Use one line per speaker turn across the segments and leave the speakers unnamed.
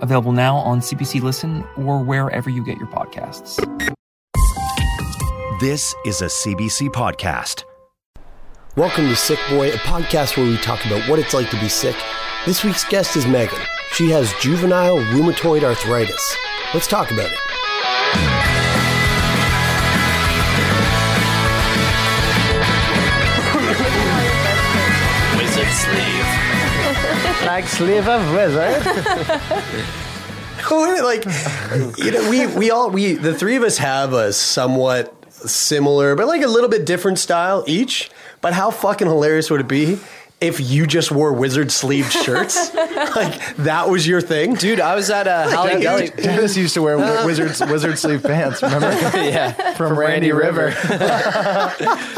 available now on CBC Listen or wherever you get your podcasts.
This is a CBC podcast.
Welcome to Sick Boy, a podcast where we talk about what it's like to be sick. This week's guest is Megan. She has juvenile rheumatoid arthritis. Let's talk about it.
Wizard sleeve.
like sleeve of wizard.
like you know, we we all we the three of us have a somewhat similar, but like a little bit different style each. But how fucking hilarious would it be if you just wore wizard sleeved shirts? like that was your thing,
Dude, I was at a Holly Gully.
Davis used to wear wizards wizard sleeve pants. Remember?
yeah,
From Randy River.
uh,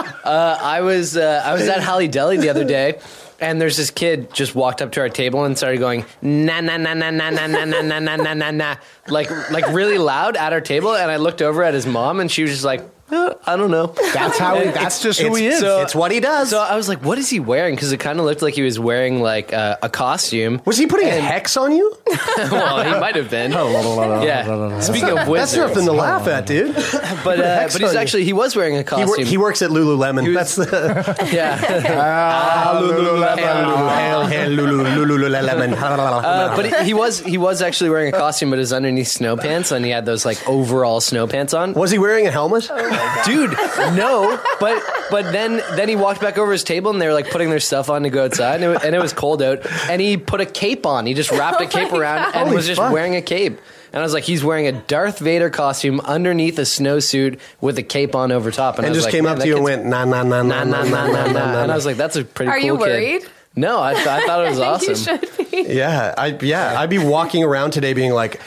I was uh, I was at Holly Deli the other day, and there's this kid just walked up to our table and started going na na na na na na na na na na na na na like like really loud at our table, and I looked over at his mom, and she was just like. "Uh, I don't know.
That's how. He, that's just who
it's-
he is. uh,
so-
it's what he does.
So I was like, "What is he wearing?" Because it kind of looked like he was wearing like uh, a costume.
was he putting a hex on you?
well, he might have been. Yeah. Speaking of
That's
wizards,
nothing to laugh at, dude.
but uh,
Hex
but he's
on you.
actually he was wearing a
He, wor-
costume.
he works at Lululemon. That's
was-
the
yeah.
Ah,
Hell, hell, Lulu- Lululemon.
Uh, but he, he was he was actually wearing a costume, but it was underneath snow pants, and he had those like overall snow pants on.
was he wearing a helmet?
Oh Dude, no. But but then then he walked back over his table, and they were like putting their stuff on to go outside, and it, wa- and it was cold out. And he put a cape on. He just wrapped
Oh
a cape around and
Holy
was just
fuck.
wearing a cape. And I was like, he's wearing a Darth Vader costume underneath a snowsuit with a cape on over top, and, I
And
was
just
like,
came
"Man,
up
that
to you and
kid's
went na na na
Nah, nah, nah, nah, nah. And I was like, that's a pretty
Are
cool
you
kid.
worried?
No, I, th- I thought it was awesome.
You should be.
Yeah, I yeah, I'd be walking around today being like,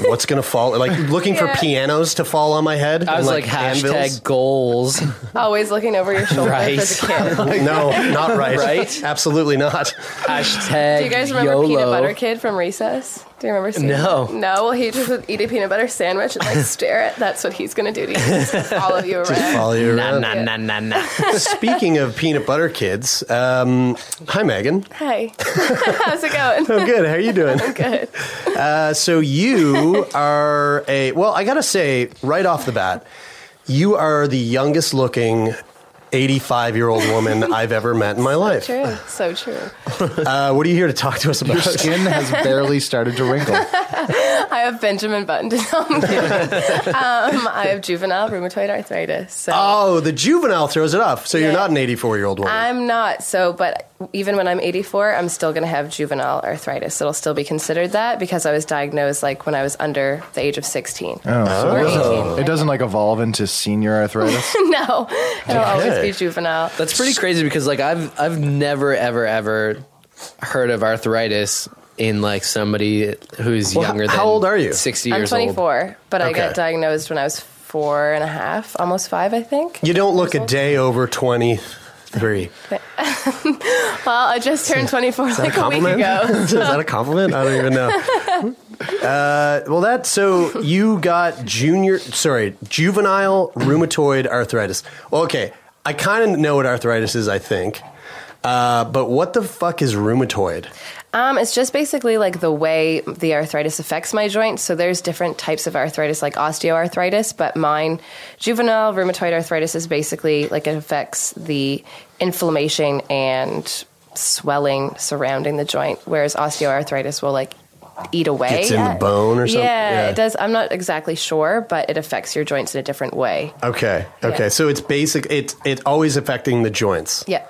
what's gonna fall? Like looking
Yeah.
for pianos to fall on my head.
I
and,
was like, hashtag
anvils.
goals.
Always looking over your shoulder as a kid.
no, not right.
Right?
Absolutely not.
hashtag
Do you guys remember
YOLO.
Peanut Butter Kid from Recess? Do you remember seeing
No.
that? No. Well, he just would eat a peanut butter sandwich and like stare at. That's what he's gonna do to you. Just follow you around.
Follow you
Nah,
around.
nah, nah, nah, nah.
Speaking of peanut butter kids, um, hi Megan.
Hey, how's it going?
I'm good. How are you doing?
Good.
Uh, so you are a well. I gotta say right off the bat, you are the youngest looking. 85 year old woman I've ever met in my life.
True. So true.
Uh, what are you here to talk to us about?
Your skin has barely started to wrinkle.
I have Benjamin Button disease. um, I have juvenile rheumatoid arthritis. So
Oh, the juvenile throws it off. So you're
Yeah.
not an 84 year old woman.
I'm not. So, but even when I'm 84, I'm still going to have juvenile arthritis. It'll still be considered that because I was diagnosed like when I was under the age of 16.
Oh, so it
Or
doesn't,
18.
it doesn't like evolve into senior arthritis.
no, Oh, it'll always
Okay.
be juvenile.
That's pretty crazy because like I've I've never ever ever heard of arthritis in like somebody who's
Well,
younger
how-
than
how old are you?
60
I'm
years old.
24, but I
Okay.
got diagnosed when I was four and a half, almost five, I think.
you don't look a day over 23.
Well, I just turned 24 like a, week ago.
Is that a compliment? I don't even know. Uh, well, that so you got junior, sorry, juvenile rheumatoid arthritis. Okay, I kind of know what arthritis is. I think. Uh, but what the fuck is rheumatoid?
Um, it's just basically like the way the arthritis affects my joints. So there's different types of arthritis, like osteoarthritis, but mine, juvenile rheumatoid arthritis, is basically like it affects the inflammation and swelling surrounding the joint, whereas osteoarthritis will like eat away.
Gets in the bone or something?
Yeah,
Yeah.
it does. I'm not exactly sure, but it affects your joints in a different way.
Okay, okay.
Yeah.
So it's basic. It's it's always affecting the joints.
Yeah.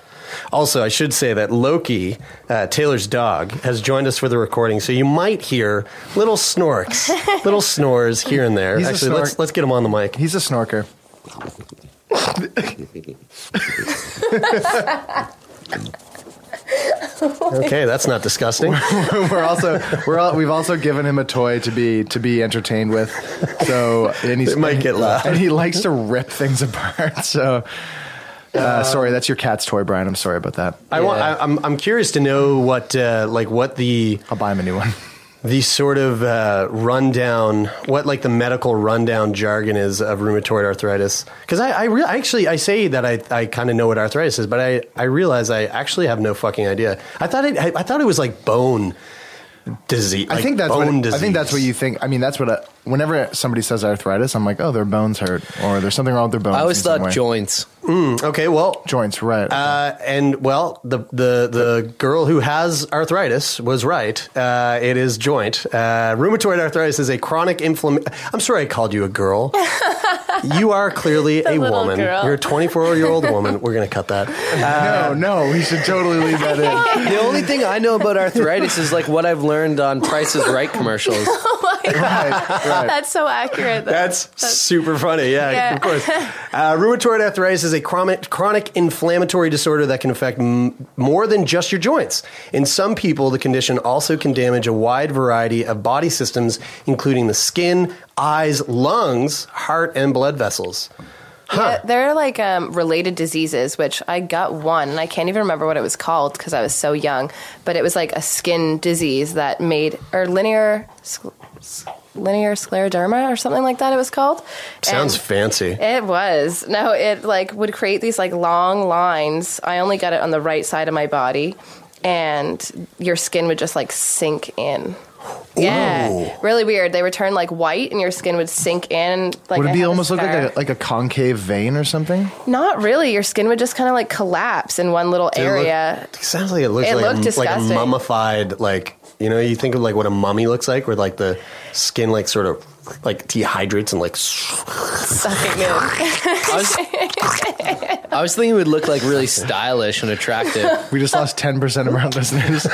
Also, I should say that Loki, uh, Taylor's dog, has joined us for the recording, so you might hear little snorks, little snores here and there.
He's a
Actually,
snork.
let's let's get him on the mic.
He's a snorker.
Okay, that's not disgusting.
we're also we're all, we've also given him a toy to be to be entertained with. So and he's
It might get loud.
and he likes to rip things apart. So uh, sorry, that's your cat's toy, Brian. I'm sorry about that.
I want. I, I'm. I'm curious to know what, uh, like, what the
I'll buy him a new one.
the sort of uh, rundown, what like the medical rundown jargon is of rheumatoid arthritis. Because I, I, re- I actually, I say that I, I kind of know what arthritis is, but I, I realize I actually have no fucking idea. I thought it, I, I thought it was like bone disease.
I
like
think that's what
bone
I think that's what
disease.
you think. I mean, that's what. I, whenever somebody says arthritis, I'm like, oh, their bones hurt, or there's something wrong with their bones.
I always
in some
thought
way.
joints.
Mm, Okay, well,
joints, right?
Uh, and well, the, the the girl who has arthritis was right. Uh, it is joint. Uh, rheumatoid arthritis is a chronic inflammation. I'm sorry, I called you a girl. you are clearly a
little
woman.
girl.
You're a 24 year old woman. We're gonna cut that.
no, no, we should totally leave that in.
The only thing I know about arthritis is like what I've learned on Price is Right commercials.
Right, right.
That's so accurate. though.
That's, super funny. Yeah,
Yeah.
of course. Uh, rheumatoid arthritis is a chronic, chronic inflammatory disorder that can affect m- more than just your joints. In some people, the condition also can damage a wide variety of body systems, including the skin, eyes, lungs, heart, and blood vessels.
Yeah, there are like um, related diseases, which I got one, and I can't even remember what it was called because I was so young. But it was like a skin disease that made or linear sc- s- linear scleroderma or something like that. It was called.
Sounds
And-
fancy.
It was no, it like would create these like long lines. I only got it on the right side of my body, and your skin would just like sink in.
Oh.
Yeah, really weird. They would turn like white, and your skin would sink in. Like
Would
I
it be
had a
almost look
scar.
like a like a concave vein or something?
Not really. Your skin would just kind of like collapse in one little
It look-
area.
it sounds like it looks
It
like,
looked
a, like a
disgusting.
mummified, like you know, you think of like what a mummy looks like, where like the skin like sort of like dehydrates and like
Sucking in.
I was, I was thinking it would look like really stylish and attractive.
We just lost ten percent of our listeners.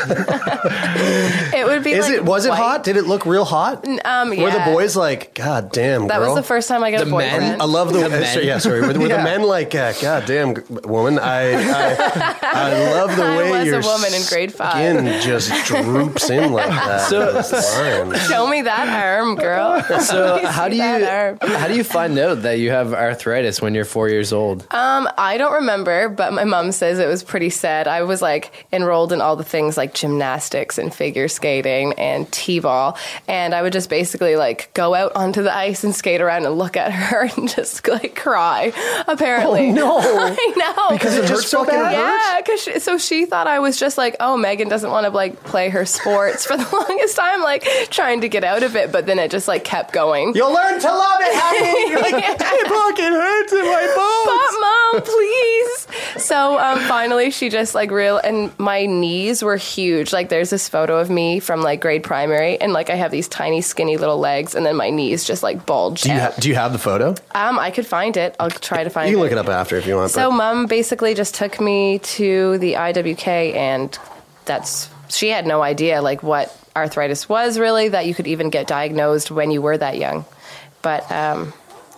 It would be.
Is
like,
it was it
white.
hot? Did it look real hot?
Um, yeah.
Were the boys like, God damn,
That
girl.
was the first time I got
The
a
men?
boyfriend.
I love the,
The
uh,
men.
sorry, yeah, sorry. Were, the- were the
Yeah.
men like, uh, God damn, g- woman, I, I, I love the
I
way
was a
your
woman in grade five.
skin just droops in like that. So,
Show me that arm, girl.
So how do you
that arm.
how do you find out that you have arthritis when you're four years old?
Um, I don't remember, but my mom says it was pretty sad. I was like enrolled in all the things like gymnastics and figure skating and t-ball, and I would just basically like go out onto the ice and skate around and look at her and just like cry. Apparently,
Oh, no.
I know
Because it hurts so bad?
Yeah, because she, so she thought I was just like, oh, Megan doesn't want to like play her sports for the longest time, like trying to get out of it, but then it just like kept going.
You'll learn to love it, honey. You're like, it fucking hurts in my
But mom, please. So um, finally, she just like real, and my knees were huge. Like there's this photo of me from like grade primary, and like I have these tiny, skinny little legs, and then my knees just like bulge.
Do you,
out.
ha- do you have the photo?
um, I could find it. I'll try to find.
You can look it up after if you want.
So
but-
mom basically just took me to the IWK, and that's she had no idea like what arthritis was really that you could even get diagnosed when you were that young, but um,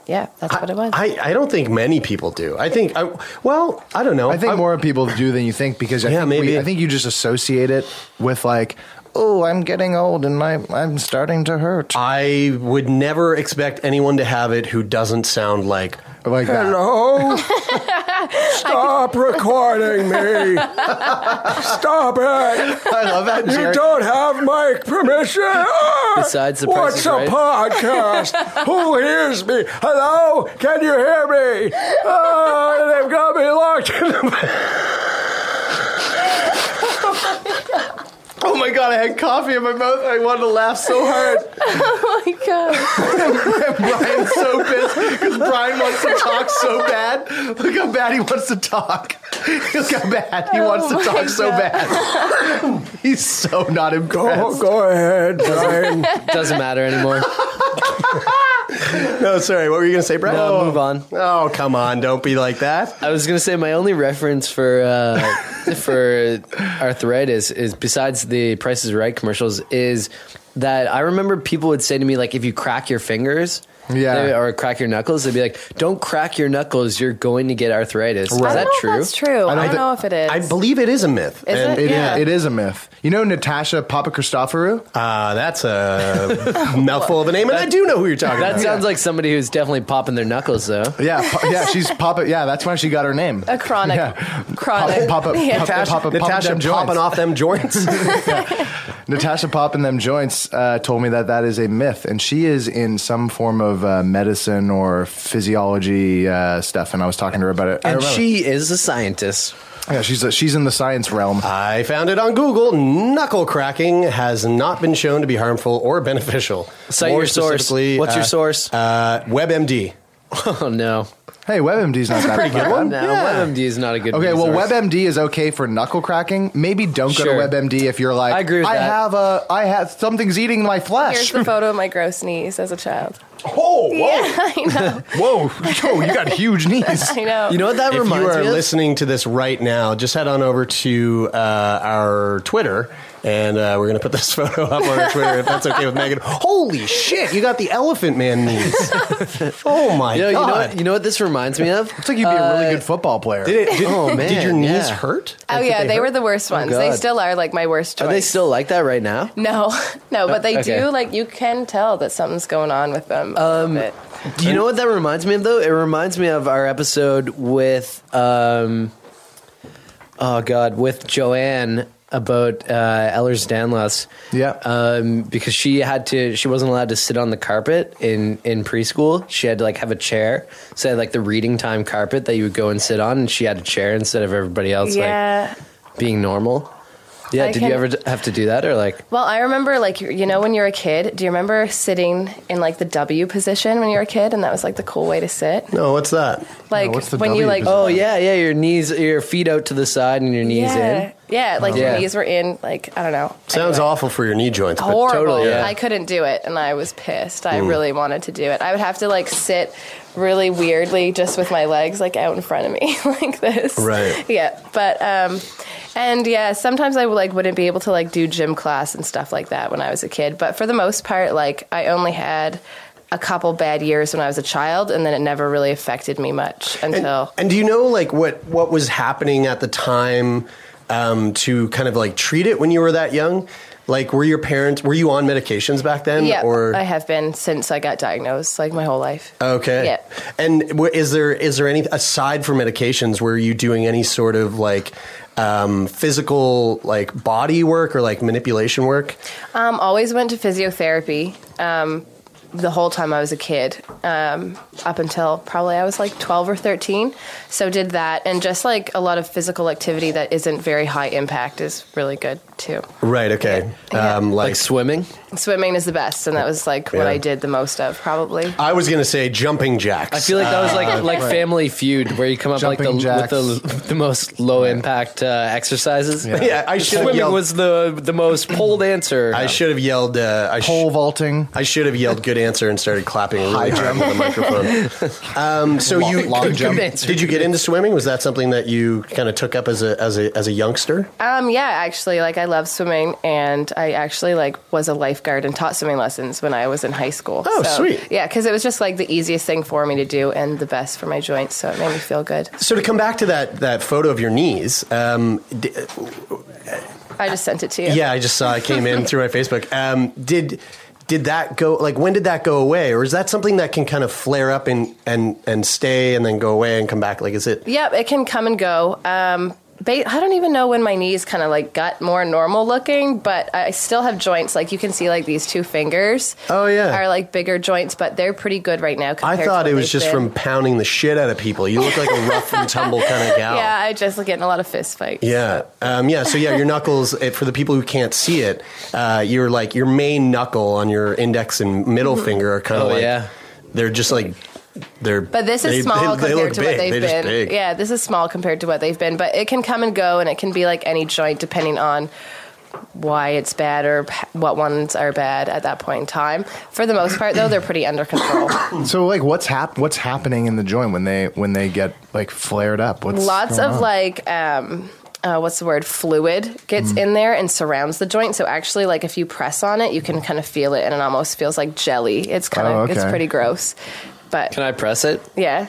yeah, that's what it was.
I, I don't think many people do. I think, I, well, I don't know.
I think more people do than you think because I,
Yeah,
think we-
maybe.
I think you just associate it with like, oh, I'm getting old and my I'm starting to hurt.
I would never expect anyone to have it who doesn't sound like
Like that.
Hello. Stop recording me. Stop it.
I love that.
You
Jerry.
don't have my permission. Ah,
Besides the Price
What's
is
a
Right.
podcast? Who hears me? Hello? Can you hear me? Ah, they've got me locked in the Oh my god, I had coffee in my mouth. I wanted to laugh so hard.
oh my god.
Brian's so pissed because Brian wants to talk so bad. Look how bad he wants to talk. Look how bad he wants to
Oh my
talk so
God.
bad. He's so not impressed. Go, go ahead, Brian.
Doesn't matter anymore.
no, sorry. What were you going to say, Brian?
No, Uh, move on.
Oh, come on. Don't be like that.
I was gonna say my only reference for uh, for arthritis is besides the Price is Right commercials is that I remember people would say to me like if you crack your fingers
Yeah.
They- or crack your knuckles. They'd be like, "Don't crack your knuckles. You're going to get arthritis."
Right.
Is that
I don't
true?
know if that's true. I don't, know if it is.
I believe it is a myth.
Is
And
it? Yeah.
it is a myth. You know Natasha Papa Christophorou?
Uh, that's a mouthful of a name, and I do know who you're talking
That
about.
sounds like somebody who's definitely popping their knuckles, though.
Yeah, pa- yeah, she's Papa. Yeah, that's why she got her name.
a chronic,
Papa,
chronic.
Papa,
Yeah.
Papa, Papa, Papa,
Natasha popping
them joints.
off them joints.
Natasha popping them joints uh, told me that that is a myth, and she is in some form of uh, medicine or physiology uh, stuff. And I was talking to her about it. I
And
remember-
she is a scientist.
yeah, she's a, she's in the science realm.
Uh,
I found it on Google. Knuckle cracking has not been shown to be harmful or beneficial.
Cite
More
your source.
specifically,
What's
uh,
your source?
Uh, WebMD.
oh no,
Hey, WebMD's not that bad.
no. WebMD is not a good.
Oh, Okay, well,
resource.
WebMD is okay for knuckle cracking. Maybe don't
Sure.
go to WebMD if you're like,
I agree with
I
that.
have a, I have something's eating my
Here's
flesh.
the photo of my gross knees as a child.
Oh, whoa.
I know.
Whoa, yo, you got huge knees.
I know.
You know what that
if
reminds
you are
me of?
listening to this right now, just head on over to uh, our Twitter, and uh, we're going to put this photo up on our Twitter if that's okay with Megan. Holy shit, you got the elephant man knees! oh my
You know, you know,
god!
what, you know what this reminds me of? Uh,
Looks like you'd be a really good football player.
did, it, did,
Oh,
did
man,
your knees
yeah.
hurt?
Oh yeah, they, were the worst ones. they
God.
still are like my worst choice.
Are they still like that right now?
No, no, but they
okay.
do. Like you can tell that something's going on with them. a little bit.
Do you know what that reminds me of though? It reminds me of our episode with um oh god, with Joanne about uh Ellers Danlos.
Yeah.
Um because she had to she wasn't allowed to sit on the carpet in in preschool. She had to like have a chair. So they had, like the reading time carpet that you would go and sit on and she had a chair instead of everybody else
yeah.
like being normal. Yeah,
I
did
can-
you ever d- have to do that or like
Well, I remember like you know when you're a kid. Do you remember sitting in like the W position when you were a kid, and that was like the cool way to sit?
No, what's that?
Like
what's the
when
W
you like
position?
Oh yeah, yeah, your knees your feet out to the side and your knees
yeah,
in.
yeah, like
Yeah.
your knees were in. Like I don't know.
Sounds awful for your knee joints. Oh. but-
horrible.
Totally, yeah.
I couldn't do it, and I was pissed. I really wanted to do it. I would have to like sit really weirdly, just with my legs like out in front of me, like this.
Right.
Yeah, but um, and yeah, sometimes I would, like wouldn't be able to like do gym class and stuff like that when I was a kid. But for the most part, like I only had. A couple bad years when I was a child, and then it never really affected me much until
And do you know like what what was happening at the time um, to kind of like treat it when you were that young? Like, were your parents were you on medications back then?
yeah,
or
I have been since I got diagnosed, like my whole life.
Okay.
Yeah.
And wh- is there is there any aside from medications? Were you doing any sort of like um, physical like body work or like manipulation work?
Um, always went to physiotherapy um, the whole time I was a kid, um, up until probably I was like 12 or 13. So did that, and just like a lot of physical activity that isn't very high impact is really good too.
Right. Okay. Um,
Like swimming?
Swimming is the best, and that was like what
Yeah.
I did the most of probably.
I was gonna say jumping jacks.
I feel like that was like like Family Feud, where you come up like the,
Jumping
with
jacks.
the the most low impact uh, exercises.
Yeah, I should have
Swimming
yelled-
was the the most pulled answer.
I should have yelled. Uh, I sh-
Pole vaulting.
I should have yelled good answer and started clapping really hard on the microphone. Um, so you
Long
could-
jump.
did you get into swimming? Was that something that you kind of took up as a as a as a youngster?
Um, yeah, actually, like I love swimming, and I actually like was a lifeguard and taught swimming lessons when I was in high school.
Oh, sweet.
Yeah, because it was just like the easiest thing for me to do and the best for my joints, so it made me feel good.
So to come back to that that photo of your knees, um, d-
I just sent it to you.
yeah, I just saw it came in through my Facebook. Um, did did that go like when did that go away, or is that something that can kind of flare up and and and stay and then go away and come back? Like, is it
Yep, it can come and go. Um, ba- I don't even know when my knees kind of like got more normal looking, but I still have joints. Like you can see, like these two fingers.
Oh, yeah.
are like bigger joints, but they're pretty good right now.
I
Compared
thought
to
it
what
was
they've
just
been.
from pounding the shit out of people. You look like a rough and tumble kind of gal.
Yeah, I just get in a lot of fist fights.
Yeah, um, yeah. So yeah, your knuckles. eh, For the people who can't see it, uh, your like your main knuckle on your index and middle
Mm-hmm.
finger are kind of
Oh,
like
yeah.
they're just like they're.
But this is
they-
small
they- they
compared
look
to
big.
what they've
They're
been.
Just big.
Yeah, this is small compared to what they've been, but it can come and go, and it can be like any joint depending on why it's bad or p- what ones are bad at that point in time. For the most part, though, they're pretty under control.
So like, what's hap- What's happening in the joint when they when they get like flared up? What's
Lots
going
of
on?
like um uh, what's the word fluid gets in there and surrounds the joint. So actually, like if you press on it, you can kind of feel it, and it almost feels like jelly. It's kind of
Oh,
it's
okay.
pretty gross, but
Can I press it?
yeah,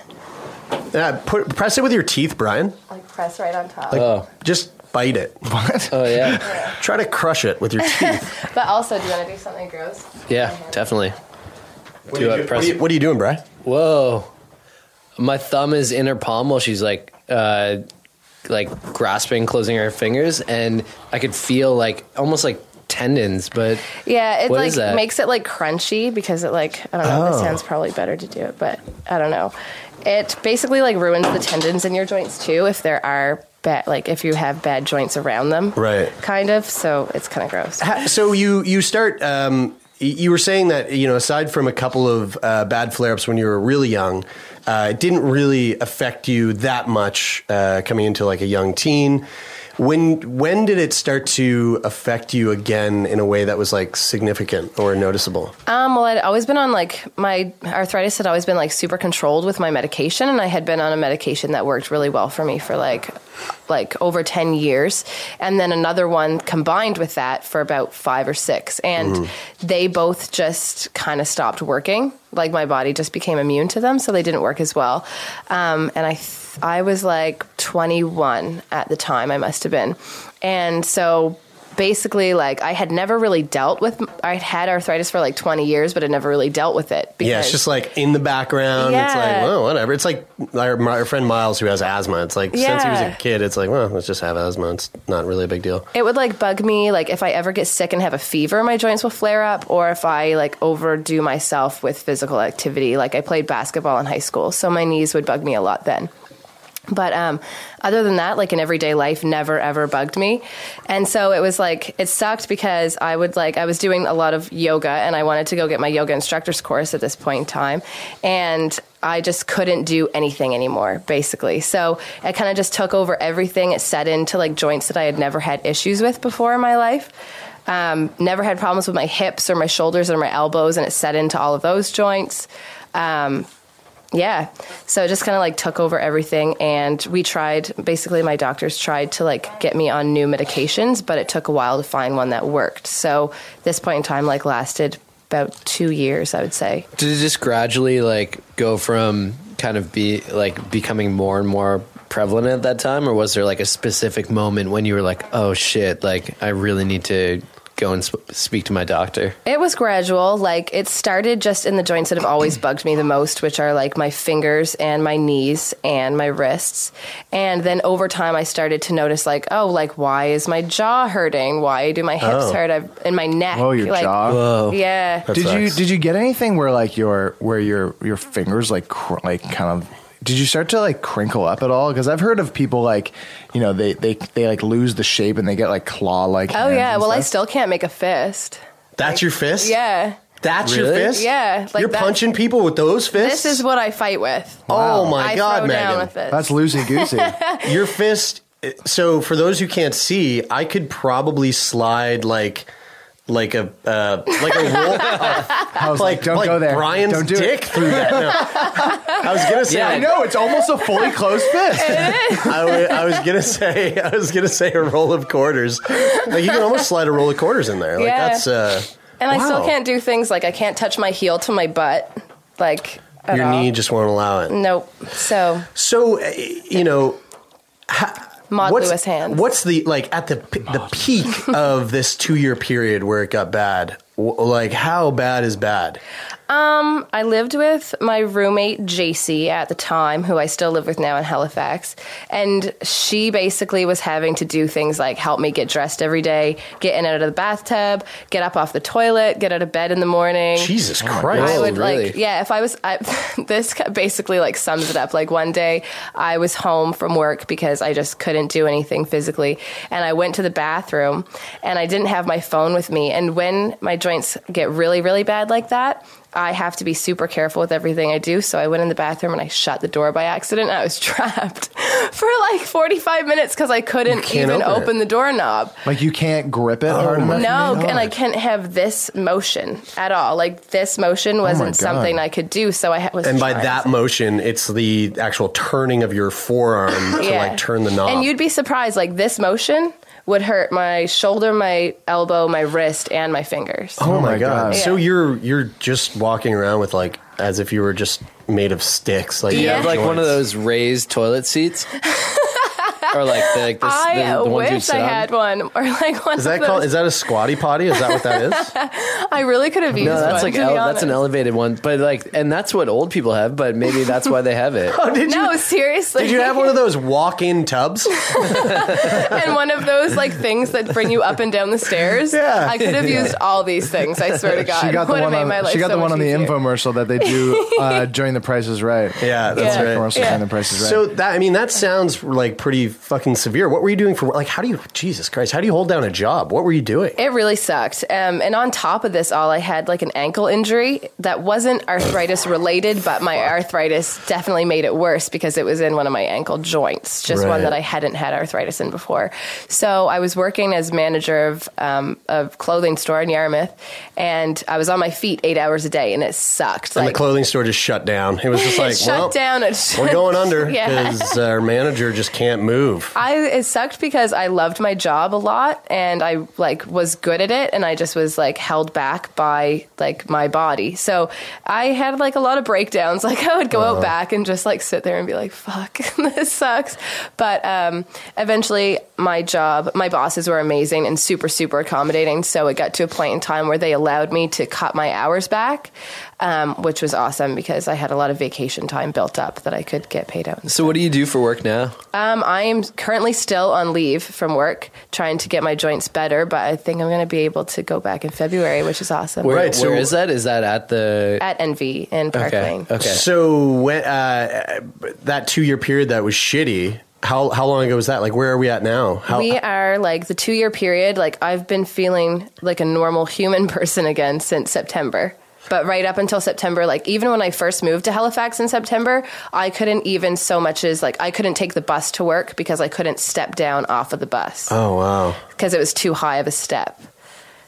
Yeah, put, press it with your teeth, Brian.
like press right on top.
Like, just bite it. What?
Oh yeah.
Try to crush it with your teeth.
But also, do you want to do something gross?
Yeah, definitely.
What are you do- what are you- what are you doing, Bry?
Whoa. My thumb is in her palm while she's like, uh, like grasping, closing her fingers, and I could feel like almost like tendons, but
Yeah, it
What
like
is that?
makes it like crunchy because it like I don't know. It
Oh.
sounds probably better to do it, but I don't know. It basically like ruins the tendons in your joints too if there are bad like if you have bad joints around them.
Right.
Kind of. So it's kind of gross.
Ha- so you you start. Um, y- you were saying that you know, aside from a couple of uh, bad flare-ups when you were really young, uh, it didn't really affect you that much uh, coming into like a young teen. When when did it start to affect you again in a way that was like significant or noticeable?
Um, well, I'd always been on like my arthritis had always been like super controlled with my medication, and I had been on a medication that worked really well for me for like like over ten years, and then another one combined with that for about five or six, and
Mhm.
they both just kind of stopped working. Like my body just became immune to them, so they didn't work as well. Um, and I th- I was like twenty one at the time, I must have been, and so basically like I had never really dealt with I had had arthritis for like 20 years but I never really dealt with it
yeah, it's just like in the background. It's
Yeah.
like, well, whatever. It's like our, my- our friend Miles who has asthma. It's like since he was
Yeah.
a kid, it's like, well, let's just have asthma. It's not really a big deal.
it would like bug me like if I ever get sick and have a fever my joints will flare up or if I like overdo myself with physical activity like I played basketball in high school so my knees would bug me a lot then but um, other than that, like in everyday life, never ever bugged me. And so it was like, it sucked because I would like, I was doing a lot of yoga and I wanted to go get my yoga instructor's course at this point in time. And I just couldn't do anything anymore, basically. So it kind of just took over everything. It set into like joints that I had never had issues with before in my life. Um, never had problems with my hips or my shoulders or my elbows, and it set into all of those joints. Um, yeah. So it just kind of like took over everything. And we tried, basically, my doctors tried to like get me on new medications, but it took a while to find one that worked. So this point in time, like, lasted about two years, I would say.
did it just gradually like go from kind of be like becoming more and more prevalent at that time, or was there like a specific moment when you were like, oh shit, like I really need to go and sp- speak to my doctor?
It was gradual. Like it started just in the joints that have always bugged me the most, which are like my fingers and my knees and my wrists. And then over time, I started to notice like, oh, like why is my jaw hurting? Why do my hips
Oh.
hurt? I've, and my neck.
Whoa, your
like,
jaw. Oh.
Yeah.
Did you did you get anything where like your where your your fingers like cr- like kind of did you start to like crinkle up at all? Because I've heard of people like you know they they they like lose the shape and they get like claw like.
Oh yeah. Well, I still can't make a fist.
That's your fist.
Yeah.
That's your
Really?
fist?
Yeah, like
You're
that-
punching people with those fists?
This is what I fight with.
Oh my
I
god,
throw
Megan.
Down with it.
loosey
goosey.
your fist so for those who can't see, I could probably slide like like a uh, like a roll
I was like, don't go there.
Brian's
Don't do it.
dick through that. No. I was gonna say
Yeah, I know, it's almost a fully closed fist.
I wa- I was gonna say I was gonna say a roll of quarters. Like you can almost slide a roll of quarters in there. Like
Yeah.
that's uh
And I still
wow.
can't do things like I can't touch my heel to my butt, like at
Your
all.
knee just won't allow it.
Nope. So
So uh, you know,
Maud
what's-
Lewis hands.
What's the like at the p- the peak of this two year period where it got bad? W- like how bad is bad?
Um, I lived with my roommate JC at the time, who I still live with now in Halifax, and she basically was having to do things like help me get dressed every day, get in and out of the bathtub, get up off the toilet, get out of bed in the morning.
Jesus Oh my Christ. God.
I would
Whoa,
like,
really?
yeah, if I was, I, this basically like sums it up. Like one day, I was home from work because I just couldn't do anything physically, and I went to the bathroom, and I didn't have my phone with me. And when my joints get really, really bad like that. I have to be super careful with everything I do. So I went in the bathroom and I shut the door by accident. I was trapped. for like 45 minutes because I couldn't
can't
even
open it.
open, the doorknob.
Like you can't grip it
Oh
hard enough.
No, and I can't have this motion at all. Like this motion wasn't
God.
something I could do, so I ha- was.
And by
trying.
that motion, it's the actual turning of your forearm to
Yeah.
like turn the knob.
And you'd be surprised. Like this motion would hurt my shoulder, my elbow, my wrist, and my fingers.
oh, my god!
Yeah.
So you're you're just walking around with like as if you were just made of sticks. Like
Do you have like one of
joints.
those raised toilet seats? or like the, like this,
I
the, the ones you
wish
sit
I
on?
had one or like one.
Is that
of
called?
those.
Is that a squatty potty? Is that what that is?
I really could have used
No, that's
one.
like
to be
ele- that's an
honest.
elevated one, but like, and that's what old people have. But maybe that's why they have it.
Oh, did you?
No, seriously.
Did you have one of those walk-in tubs?
and one of those like things that bring you up and down the stairs.
Yeah.
I could have used all these things. I swear to God,
She got the
Would have
one
made my
on,
life
she got
so
the one
much
on the
easier.
infomercial that they do uh, during The Price is Right.
Yeah, that's
It's a
right.
Commercial
Yeah.
during The Price is Right.
So that I mean, that sounds like pretty fucking severe. What were you doing for? Like, how do you? Jesus Christ! How do you hold down a job? What were you doing?
It really sucked. Um, and on top of this, all I had like an ankle injury that wasn't arthritis related, but my arthritis definitely made it worse because it was in one of my ankle joints, just
Right.
one that I hadn't had arthritis in before. So I was working as manager of um, a clothing store in Yarmouth, and I was on my feet eight hours a day, and it sucked.
and the clothing store just shut down. It was just like,
it shut
well,
down. It
we're
shut-
going under
Yeah.
because our manager just can't move.
I it sucked because I loved my job a lot and I like was good at it and I just was like held back by like my body. So I had like a lot of breakdowns. Like I would go
Uh-huh.
out back and just like sit there and be like, "Fuck, this sucks." But um, eventually, my job, my bosses were amazing and super super accommodating. So it got to a point in time where they allowed me to cut my hours back, um, which was awesome because I had a lot of vacation time built up that I could get paid out.
So, what do you do for work now?
Um, I am currently still on leave from work, trying to get my joints better, but I think I'm going to be able to go back in February, which is awesome.
Where, right. where is that? Is that at the?
At Envy in Park Lane.
So when uh, that two-year period that was shitty. How how long ago was that? Like, where are we at now? How,
we are like the two year period. Like I've been feeling like a normal human person again since September. But right up until September, like even when I first moved to Halifax in September, I couldn't even so much as like I couldn't take the bus to work because I couldn't step down off of the bus
oh wow.
because it was too high of a step.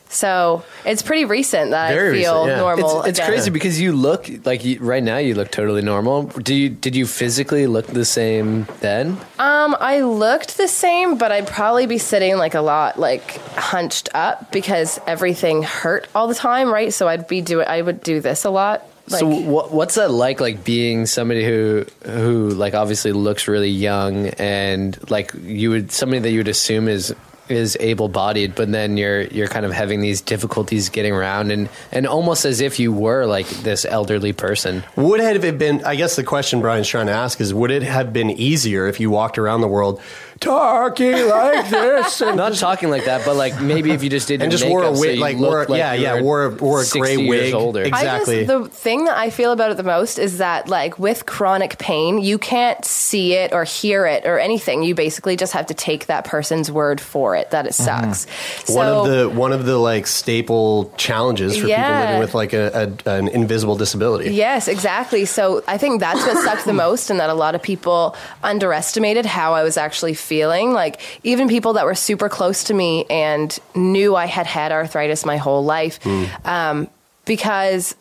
So it's pretty recent that I
Very
feel
recent, yeah.
normal.
It's, it's
again.
crazy because you look like you, right now you look totally normal. Do you did you physically look the same then?
Um, I looked the same, but I'd probably be sitting like a lot, like hunched up because everything hurt all the time, right? So I'd be doing, I would do this a lot. Like,
so what, what's that like? Like being somebody who who like obviously looks really young and like you would somebody that you would assume is is able bodied, but then you're you're kind of having these difficulties getting around and and almost as if you were like this elderly person.
Would it have been? I guess the question Brian's trying to ask is: Would it have been easier if you walked around the world talking like this? And
Not talking like that, but like maybe if you just did
And
your
just wore a
makeup so
wig,
you
like,
looked
wore- yeah,
you
yeah,
were
wore a- wore a gray
60 years
wig.
Older.
Exactly.
I just, the thing that I feel about it the most is that, like, with chronic pain, you can't see it or hear it or anything. You basically just have to take that person's word for it that it sucks.
one
So-
of the one of the like staple challenges for people
Yeah.
living with like a, a an invisible disability.
Yes, exactly. So I think that's what sucked the most, and that a lot of people underestimated how I was actually feeling. Like, even people that were super close to me and knew I had had arthritis my whole life,
Hmm.
um, because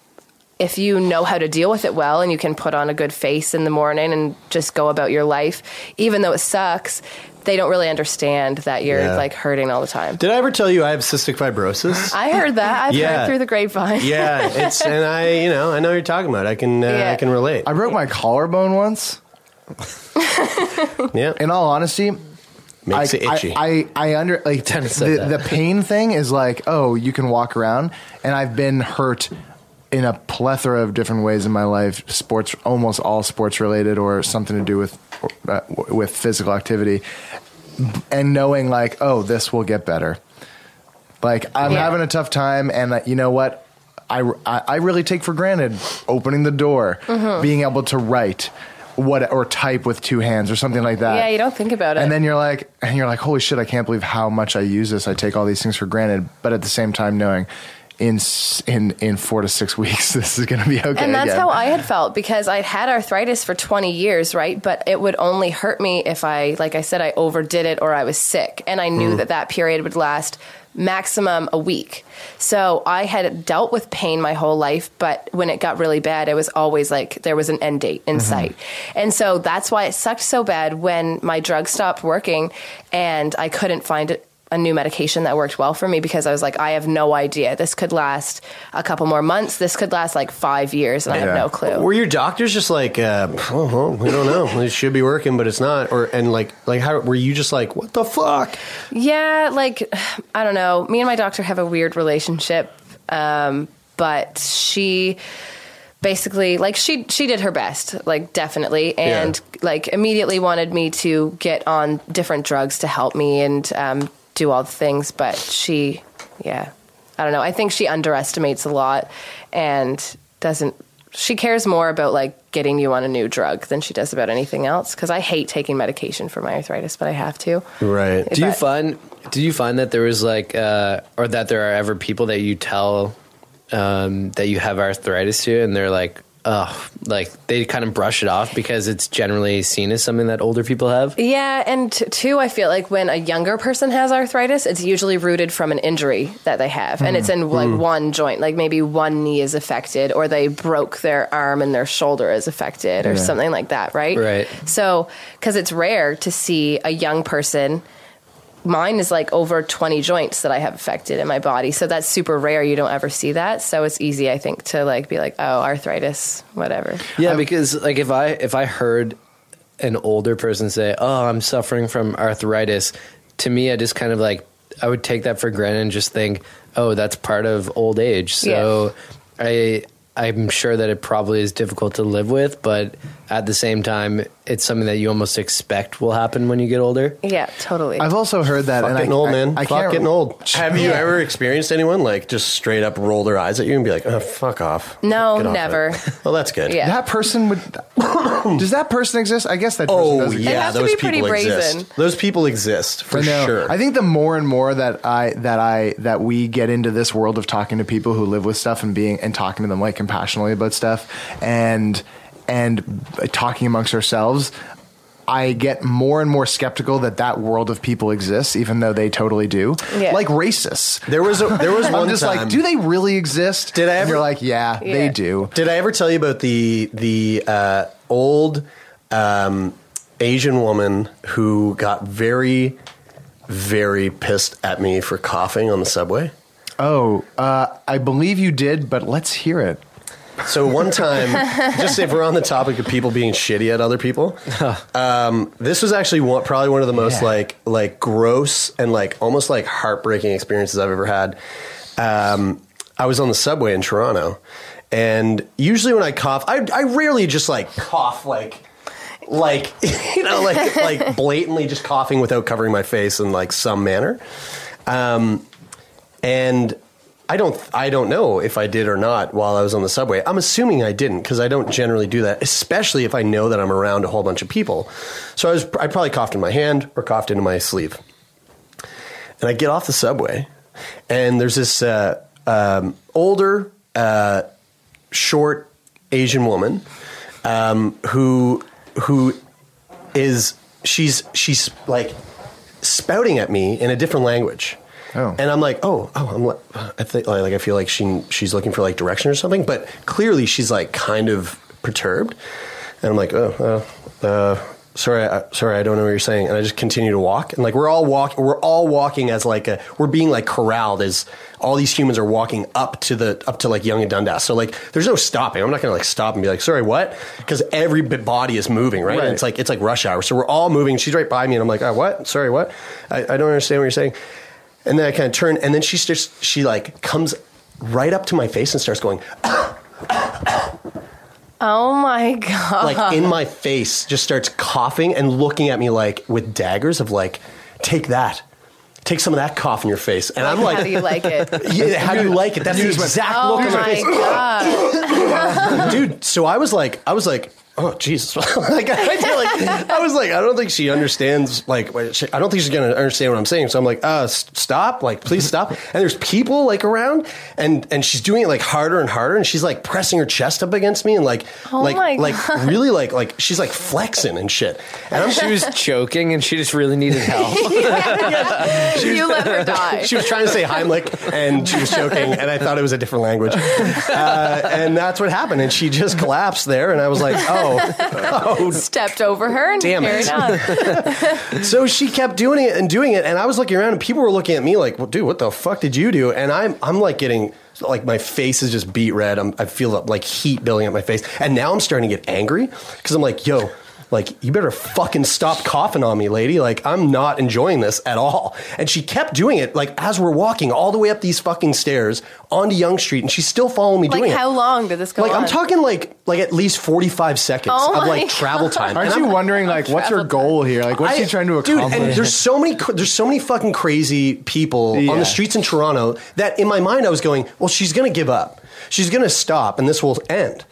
if you know how to deal with it well and you can put on a good face in the morning and just go about your life, even though it sucks, they don't really understand that you're
Yeah.
like hurting all the time.
Did I ever tell you I have cystic fibrosis?
I heard that. I've
Yeah.
heard through the grapevine.
yeah, it's and I you know I know what you're talking about. I can uh,
Yeah.
I can relate.
I broke my collarbone once.
yeah.
In all honesty,
Makes
I,
it itchy.
I, I, I under like
said
the,
that.
the pain thing is like, oh, you can walk around, and I've been hurt in a plethora of different ways in my life. Sports, almost all sports related, or something to do with uh, with physical activity, and knowing like, oh, this will get better. Like I'm
Yeah.
having a tough time, and uh, you know what? I, I, I really take for granted opening the door,
Mhm.
being able to write, what or type with two hands or something like that.
Yeah, you don't think about it.
And then you're like, and you're like, holy shit, I can't believe how much I use this. I take all these things for granted, but at the same time, knowing in s- in in four to six weeks, this is going to be okay.
and that's
again.
how I had felt because I'd had arthritis for 20 years, right? But it would only hurt me if I, like I said, I overdid it or I was sick. And I knew
Hmm.
Mm.
that that period would last maximum a week. So I had dealt with pain my whole life, but when it got really bad, it was always like there was an end date in
Mm-hmm.
Mhm.
sight. And so that's why it sucked so bad when my drug stopped working and I couldn't find it. A new medication that worked well for me because I was like, I have no idea. This could last a couple more months. This could last like five years, and I have no clue.
Were your doctors just like, uh, oh, well, we don't know. It should be working, but it's not. Or and like, like how were you just like, what the fuck?
Yeah, like I don't know. Me and my doctor have a weird relationship, um, but she basically like she she did her best, like definitely, and like immediately wanted me to get on different drugs to help me and um, do all the things. But she, yeah, I don't know. I think she underestimates a lot and doesn't. She cares more about like getting you on a new drug than she does about anything else. Because I hate taking medication for my arthritis, but I have to.
Right.
Do you
But-
find do you find that there is like uh, or that there are ever people that you tell um, that you have arthritis to and they're like oh like they kind of brush it off because it's generally seen as something that older people have?
Yeah, and t- two, I feel like when a younger person has arthritis, it's usually rooted from an injury that they have, and it's in like
Mm.
one joint, like maybe one knee is affected, or they broke their arm and their shoulder is affected, or
Yeah.
something like that, right?
Right.
So, because it's rare to see a young person. Mine is like over 20 joints that I have affected in my body. So that's super rare. You don't ever see that. So it's easy, I think, to like be like, oh, arthritis, whatever.
Yeah, because like if I if I heard an older person say, "Oh, I'm suffering from arthritis," to me, I just kind of like I would take that for granted and just think, "Oh, that's part of old age." So I I'm sure that it probably is difficult to live with, but at the same time, it's something that you almost expect will happen when you get older.
Yeah, totally.
I've also heard that.
Fuck
and I-
getting old,
I-
man.
I
fuck
can't-
getting old. Have you
Yeah.
ever experienced anyone like just straight up roll their eyes at you and be like, oh, fuck off?
No,
Get off it.
never.
Well, that's good.
Yeah.
That person would. does that person exist? I guess that. Person
Oh
does exist.
yeah, those people exist. Those people exist for
I know.
sure.
I think the more and more that I that I that we get into this world of talking to people who live with stuff and being and talking to them like compassionately about stuff and and talking amongst ourselves, I get more and more skeptical that that world of people exists, even though they totally do.
Yeah.
Like racists.
There was a, there was
I'm
one
just
time-
like, do they really exist? Did I
ever-
And you're like, yeah, they do.
Did I ever tell you about the the uh, old um, Asian woman who got very very pissed at me for coughing on the subway?
Oh, uh, I believe you did, but let's hear it.
So one time, just if we're on the topic of people being shitty at other people, um, this was actually one, probably one of the most
Yeah.
like like gross and like almost like heartbreaking experiences I've ever had. Um, I was on the subway in Toronto, and usually when I cough, I, I rarely just like cough like like you know like like blatantly just coughing without covering my face in like some manner. Um, and I don't I don't know if I did or not while I was on the subway. I'm assuming I didn't because I don't generally do that, especially if I know that I'm around a whole bunch of people. So I was I probably coughed in my hand or coughed into my sleeve. And I get off the subway, and there's this uh, um, older, uh, short Asian woman um, who who is she's she's like spouting at me in a different language. Oh. And I'm like, oh, oh, I'm like, I think like I feel like she she's looking for like direction or something, but clearly she's like kind of perturbed. And I'm like, oh, uh, uh, sorry, I, sorry, I don't know what you're saying. And I just continue to walk. And like we're all walk, we're all walking as like a, we're being like corralled as all these humans are walking up to the up to like Young and Dundas. So like there's no stopping. I'm not gonna like stop and be like, sorry, what? Because every bit body is moving, right?
Right.
And it's like it's like rush hour. So we're all moving. She's right by me, and I'm like, oh, what? Sorry, what? I, I don't understand what you're saying. And then I kind of turn, and then she starts. She like comes right up to my face and starts going
Oh my God.
like in my face, just starts coughing and looking at me like with daggers of like, take that. Take some of that cough in your face. And I'm like,
how do you like it?
Yeah, how do you like it? That's the
Use my-
exact
oh
look on my face.
God.
Dude, so I was like, I was like, oh Jesus! like, I, feel like, I was like, I don't think she understands. Like, what she- I don't think she's gonna understand what I'm saying. So I'm like, uh, s- stop! Like, please stop! And there's people like around, and and she's doing it like harder and harder, and she's like pressing her chest up against me, and like,
Oh
like,
my
like
God.
really like like she's like flexing and shit. And I'm
She was choking, and she just really needed help.
you let her die.
she was trying to say Heimlich, and she was joking, and I thought it was a different language. Uh, and that's what happened. And she just collapsed there, and I was like, oh, oh
Stepped over her and
Damn
carried
it.
on.
so she kept doing it and doing it, and I was looking around, and people were looking at me like, "Well, dude, what the fuck did you do?" And I'm, I'm like getting, like my face is just beat red. I'm, I feel like heat building up my face, and now I'm starting to get angry because I'm like, "Yo." Like, you better fucking stop coughing on me, lady. Like, I'm not enjoying this at all. And she kept doing it, like, as we're walking all the way up these fucking stairs onto Young Street, and she's still following me
Like
doing
how
it.
long did this go
Like,
on?
I'm talking like like at least 45 seconds
Oh
of
my
like
God.
travel time.
Aren't
And
you
I'm-
wondering like what's her goal here? Like what's
I-
she trying to
dude,
accomplish?
and there's so many, cr- there's so many fucking crazy people on
Yeah.
the streets in Toronto that in my mind I was going, well, she's gonna give up, she's gonna stop, and this will end.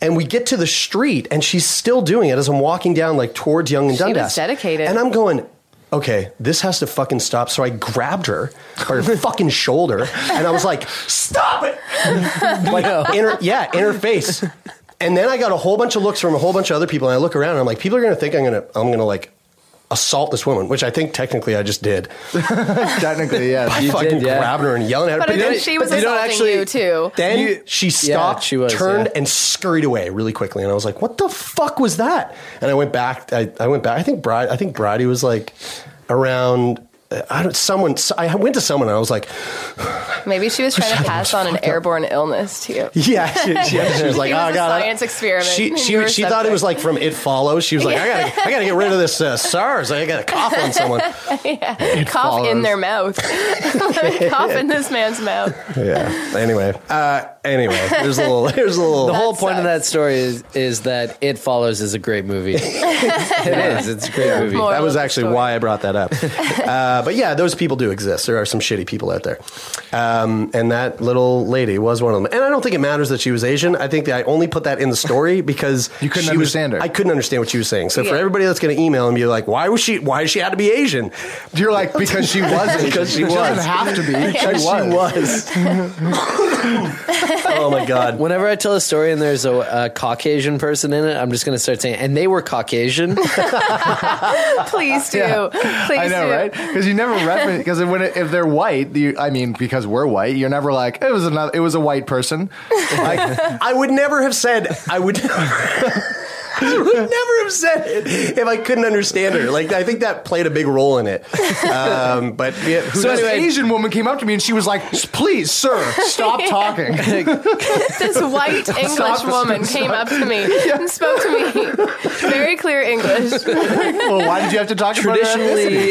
And we get to the street, and she's still doing it as I'm walking down like towards Young and
She was
Dundas.
dedicated.
And I'm going. Okay, this has to fucking stop. So I grabbed her by her fucking shoulder and I was like, stop it! like in her, yeah, in her face. And then I got a whole bunch of looks from a whole bunch of other people, and I look around and I'm like, people are gonna think I'm gonna, I'm gonna like assault this woman, which I think technically I just did.
Technically, yeah.
I fucking
did, yeah.
grabbed her and yelling at her.
But I
then-
think she was
you don't
assaulting you, too.
Then
You-
she stopped,
she was,
turned,
yeah.
and scurried away really quickly. And I was like, "What the fuck was that?" And I went back. I, I went back. I think Bride. I think Bridie was like around. I don't. Someone. I went to someone. and I was like,
Maybe she was trying to pass on an airborne illness to you.
Yeah, she, she- she was like,
It was
oh
a
god, I-
science experiment.
She
You
she,
were
she thought it was like
subject.
from It Follows. She was like, I gotta I gotta get rid of this uh, SARS. I gotta cough on someone.
cough in
follows.
their mouth. Let me cough in this man's mouth.
Yeah. Anyway, uh, anyway, there's a little there's a little
The whole point of that story is is that It Follows is a great movie. it is. It's a great movie.
More.
that was
of the
actually
story.
why I brought that up. uh, but yeah, those people do exist. There are some shitty people out there. Um, and that little lady was one of them. And I don't think it matters that she was Asian. I think that I only put that in the story because
You couldn't
she was-
understand her.
I couldn't understand what she was saying. So for
Yeah.
everybody that's going to email and be like, why was she? Why she had to be Asian?
You're like because she was
Because she
She doesn't
was.
have to be.
Because she was. oh my god.
Whenever I tell a story and there's a, a Caucasian person in it, I'm just going to start saying, and they were Caucasian.
Please do. Please
I know,
do.
right? Because you never reference because when it, if they're white, you, I mean, because we're white, you're never like it was another. It was a white person.
I, I would never have said I would never, I would never have said it if I couldn't understand her. Like I think that played a big role in it. Um, but yeah, who
So
knows?
an Asian woman came up to me and she was like, "Please, sir, stop talking."
This white English woman came up to me and spoke to me very clear English.
well, why did you have to talk about her?
Traditionally,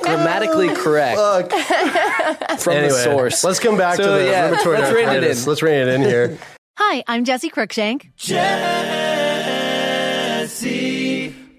grammatically correct
Fuck.
from the
Anyway,
source.
Let's come back to
So,
the
yeah,
rheumatoid
let's rein it
arthritis.
in.
Let's rein it in here.
Hi, I'm Jesse Cruikshank. Jesse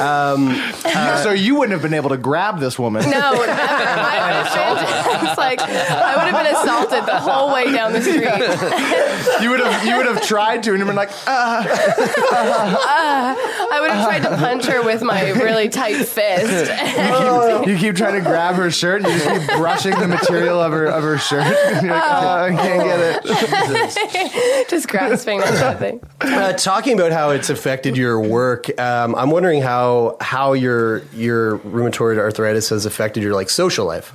Uh, so you wouldn't have been able to grab this woman.
No, never. I would have been, it's like, I would have been assaulted the whole way down the street.
You would have. You would have tried to, and you've been like, "Ah."
I would have tried to punch her with my really tight fist.
You keep, you keep trying to grab her shirt, and you just keep brushing the material of her of her shirt. And you're like, "Ah, I can't get it.
Just grasping at something.
Uh, talking about how it's affected your work, um, I'm wondering how how your your rheumatoid arthritis has affected your like social life.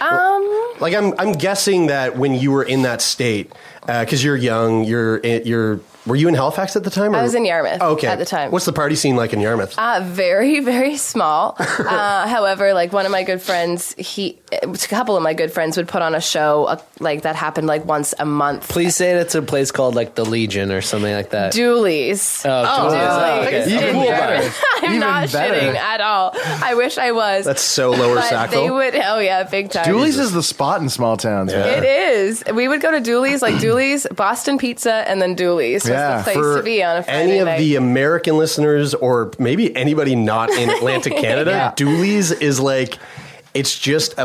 Um,
uh, Like I'm, I'm guessing that when you were in that state, because you're young, you're you're Were you in Halifax at the time?
I was in Yarmouth
Oh, okay.
at the time.
What's the party scene like in Yarmouth?
Uh, very, very small. uh, however, like one of my good friends, he, a couple of my good friends would put on a show uh, like that happened like once a month.
Please say that's a place called like the Legion or something like that.
Dooley's.
Oh, Dooley's.
Dooley's.
Oh, okay.
in
Even cooler.
Yarmouth. I'm
Even
not
better.
shitting at all. I wish I was.
That's so lower
but
Sackville.
They would. Oh yeah, big time.
Dooley's is the spot in small towns. man.
It is. We would go to Dooley's, like Dooley's, Boston Pizza, and then Dooley's was the place
For
to be on a Friday
any of
night.
the uh, American listeners, or maybe anybody not in Atlantic Canada,
Yeah.
Dooley's is like it's just a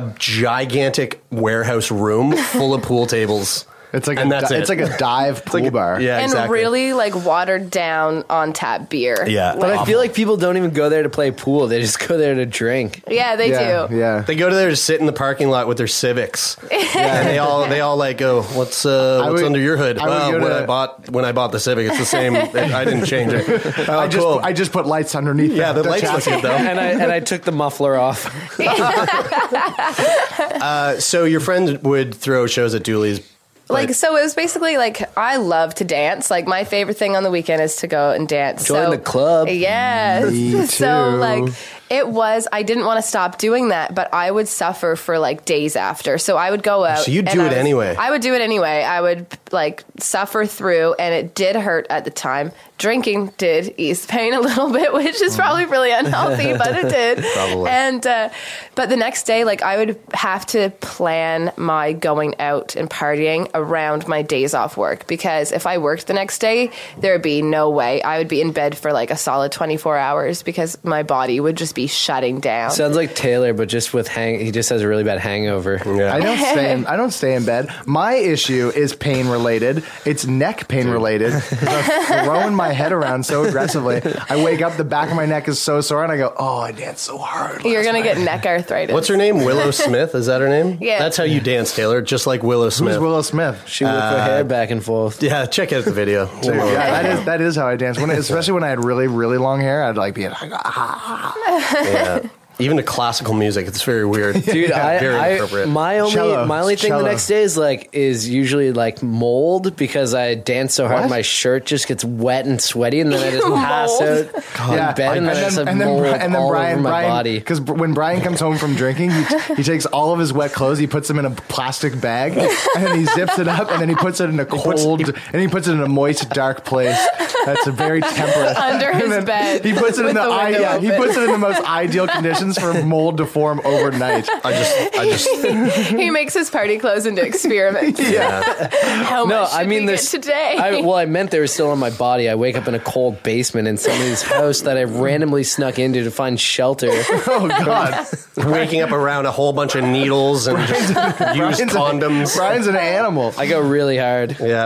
gigantic warehouse room full of pool tables. It's like and
a
that's
di-
it.
it's like a dive pool bar.
Yeah,
and
exactly.
really like watered down on tap beer.
But I feel like people don't even go there to play pool. They just go there to drink.
Yeah, they Yeah, do.
Yeah.
They go to there to sit in the parking lot with their civics.
Yeah.
and they all they all like go, what's uh,
I
what's
would-
under your hood?
I would
Well,
go
when
to-
I bought when I bought the civic, it's the same. I didn't change it. Oh,
I just
cool.
I just put lights underneath.
Yeah, the lights look good, though.
and I and I took the muffler off.
uh, so your friend would throw shows at Dooley's.
Like so, it was basically like I love to dance. Like my favorite thing on the weekend is to go and dance.
Join
so,
the club.
Yes.
Me
So
too.
like it was. I didn't want to stop doing that, but I would suffer for like days after. So I would go out.
So you'd
and
do
I
it
was-
anyway.
I would do it anyway. I would like suffer through, and it did hurt at the time. Drinking did ease pain a little bit, which is probably really unhealthy, but it did.
Probably.
And uh, but the next day, like I would have to plan my going out and partying around my days off work because if I worked the next day, there would be no way I would be in bed for like a solid twenty four hours because my body would just be shutting down.
Sounds like Taylor, but just with hang. He just has a really bad hangover.
I don't stay. In, I don't stay in bed. My issue is pain related. It's neck pain related. 'cause I've thrown my head around so aggressively. I wake up, the back of my neck is so sore, and I go, "Oh, I danced so hard."
You're gonna get neck arthritis.
What's her name? Willow Smith? Is that her name?
Yeah.
That's how you dance, Taylor, just like Willow Smith.
Willow Smith?
She
whipped her hair
back and forth.
Yeah, check out the video.
So, yeah, Oh, that is that is how I dance. When, especially when I had really really long hair, I'd like be like, "Ah."
Yeah. Even to classical music, it's very weird.
Dude, I,
very
I-
inappropriate.
my only my only thing the next day is like is usually like mold because I dance so hard
What?
my shirt just gets wet and sweaty and then I just pass out
Yeah,
in bed Oh, and, then, I just have mold
Bri-
all over my body.
because when Brian comes home from drinking, he, t- he takes all of his wet clothes, he puts them in a plastic bag, and then he zips it up, and then he puts it in a cold, and he puts it in a moist, dark place. That's a very temperate
Under
And
his
then
bed
He puts it in
with
the,
the
I,
window
yeah, he
open.
puts it in the most ideal conditions for mold to form overnight.
I just, I
he makes his party clothes into experiments. How
no,
much
I
should
mean
we get
there's-
today?
I, well, I meant they were still on my body. I wake up in a cold basement in somebody's house that I randomly snuck into to find shelter.
oh God!
Waking up around a whole bunch of needles and just used condoms.
Brian's an animal.
I go really hard.
Yeah.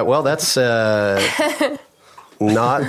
Uh, well, that's uh, not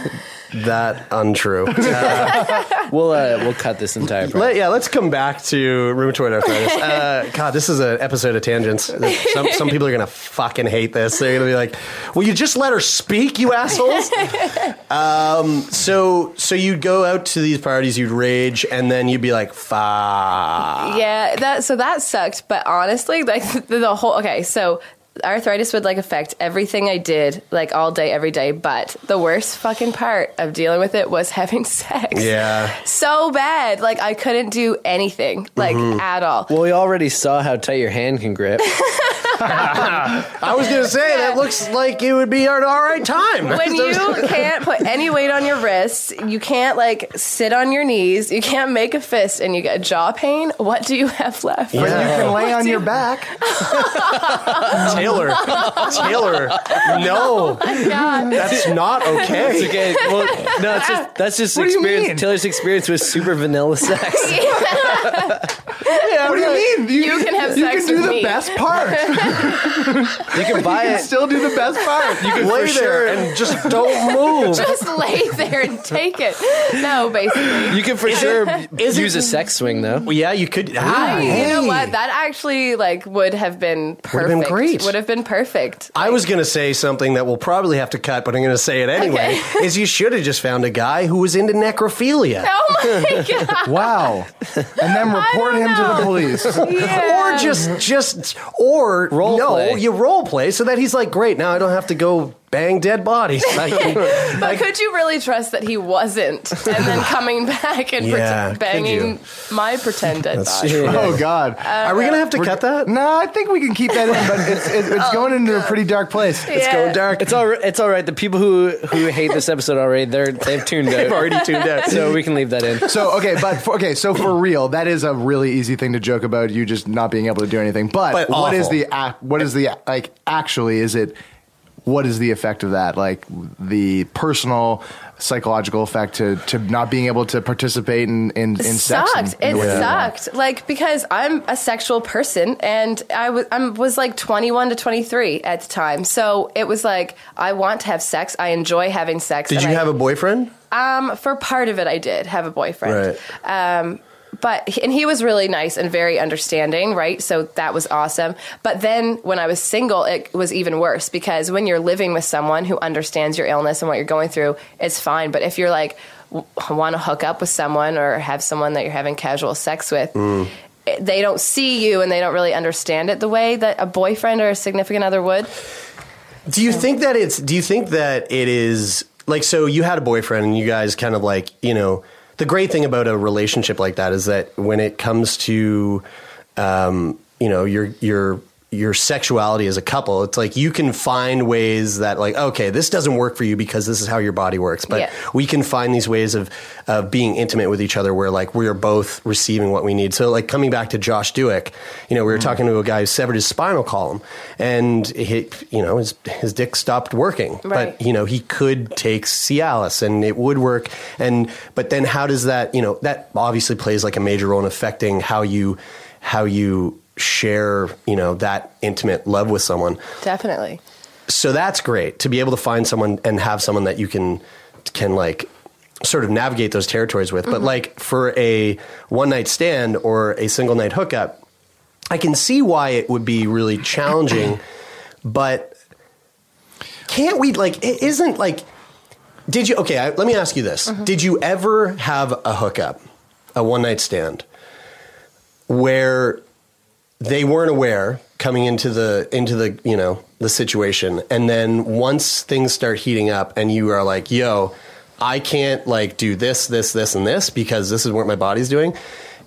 that untrue. Uh,
we'll uh, we'll cut this entire.
Let, yeah, let's come back to rheumatoid arthritis. Uh, God, this is an episode of tangents. Some, some people are gonna fucking hate this. They're gonna be like, "Will you just let her speak, you assholes?" Um, so, so you'd go out to these parties, you'd rage, and then you'd be like, "Fuck."
Yeah, that so that sucked. But honestly, like the, the whole okay, so arthritis would like affect everything I did like all day, every day. But the worst fucking part of dealing with it was having sex.
Yeah.
so bad. Like I couldn't do anything like
Mhm.
at all.
Well, we already saw how tight your hand can grip.
I was gonna say that looks like it would be an all right time.
When you can't put any weight on your wrists, you can't like sit on your knees, you can't make a fist, and you get jaw pain. What do you have left?
But you can lay on your back.
Taylor, Taylor, no,
Oh God.
that's not okay.
It's okay. Well, no, it's just that's just
What do you
experience.
mean?
Taylor's experience with super vanilla sex.
what do you mean?
You, can have
you
sex
can do
with
the
me.
best part.
You can buy
You can
it.
still do the best part.
You can lay there and just don't move.
Just lay there and take it. No, basically.
You can for sure use a sex swing though.
Well, yeah, you could.
I, you know what? That actually like would have been perfect.
Would have been great.
Would have been perfect.
I was going to say something that we'll probably have to cut, but I'm going to say it anyway. Is you should have just found a guy who was into necrophilia.
Oh my God.
wow! And then report him to the police.
Yeah.
Or just just or no,
play.
you role play so that he's like, great, now I don't have to go bang dead bodies. Like,
but could you really trust that he wasn't, and then coming back and
Yeah,
pretend
could
banging
you?
my pretended
That's
body?
true.
Oh God!
Are we gonna have to
cut that? No, I think we can keep that in, but it's it's, it's going into a pretty dark place.
Oh, It's Yeah. going
dark. It's all. ri- It's all right. The people who who hate this episode already, they're they've tuned out.
They've already tuned out.
So we can leave that in.
So okay, but for, okay, so for real, that is a really easy thing to joke about. You just not being able to do anything. But,
But
what is
awful.
the act? What is the like? Actually, is it? What is the effect of that? Like the personal psychological effect to, to not being able to participate in in, in sex.
sucked.
in- in
it
the way that you want.
sucked. Like because I'm a sexual person, and I was I was like 21 to 23 at the time. So it was like I want to have sex. I enjoy having sex.
Did
and
you
I-
have a boyfriend?
Um, for part of it, I did have a boyfriend.
Right.
Um, but and he was really nice and very understanding, right? So that was awesome. But then when I was single, it was even worse because when you're living with someone who understands your illness and what you're going through, it's fine. But if you're like want to hook up with someone or have someone that you're having casual sex with, it- they don't see you and they don't really understand it the way that a boyfriend or a significant other would.
Do you think that it's? Do you think that it is like? So you had a boyfriend, and you guys kind of like you know. The great thing about a relationship like that is that when it comes to, um, you know, your your your sexuality as a couple, it's like you can find ways that like okay, this doesn't work for you because this is how your body works, but
Yeah.
we can find these ways of of being intimate with each other where like we are both receiving what we need. So like coming back to Josh Duick, you know, we were talking to a guy who severed his spinal column and he, you know, his his dick stopped working.
Right.
But you know, he could take Cialis and it would work and but then how does that, you know, that obviously plays like a major role in affecting how you how you share, you know, that intimate love with someone
Definitely.
so that's great to be able to find someone and have someone that you can can like sort of navigate those territories with but
Mhm.
like for a one night stand or a single night hookup i can see why it would be really challenging but can't we like it isn't like did you okay I, let me ask you this did you ever have a hookup a one night stand where they weren't aware coming into the into the you know the situation and then once things start heating up and you are like yo i can't like do this this this and this because this is what my body's doing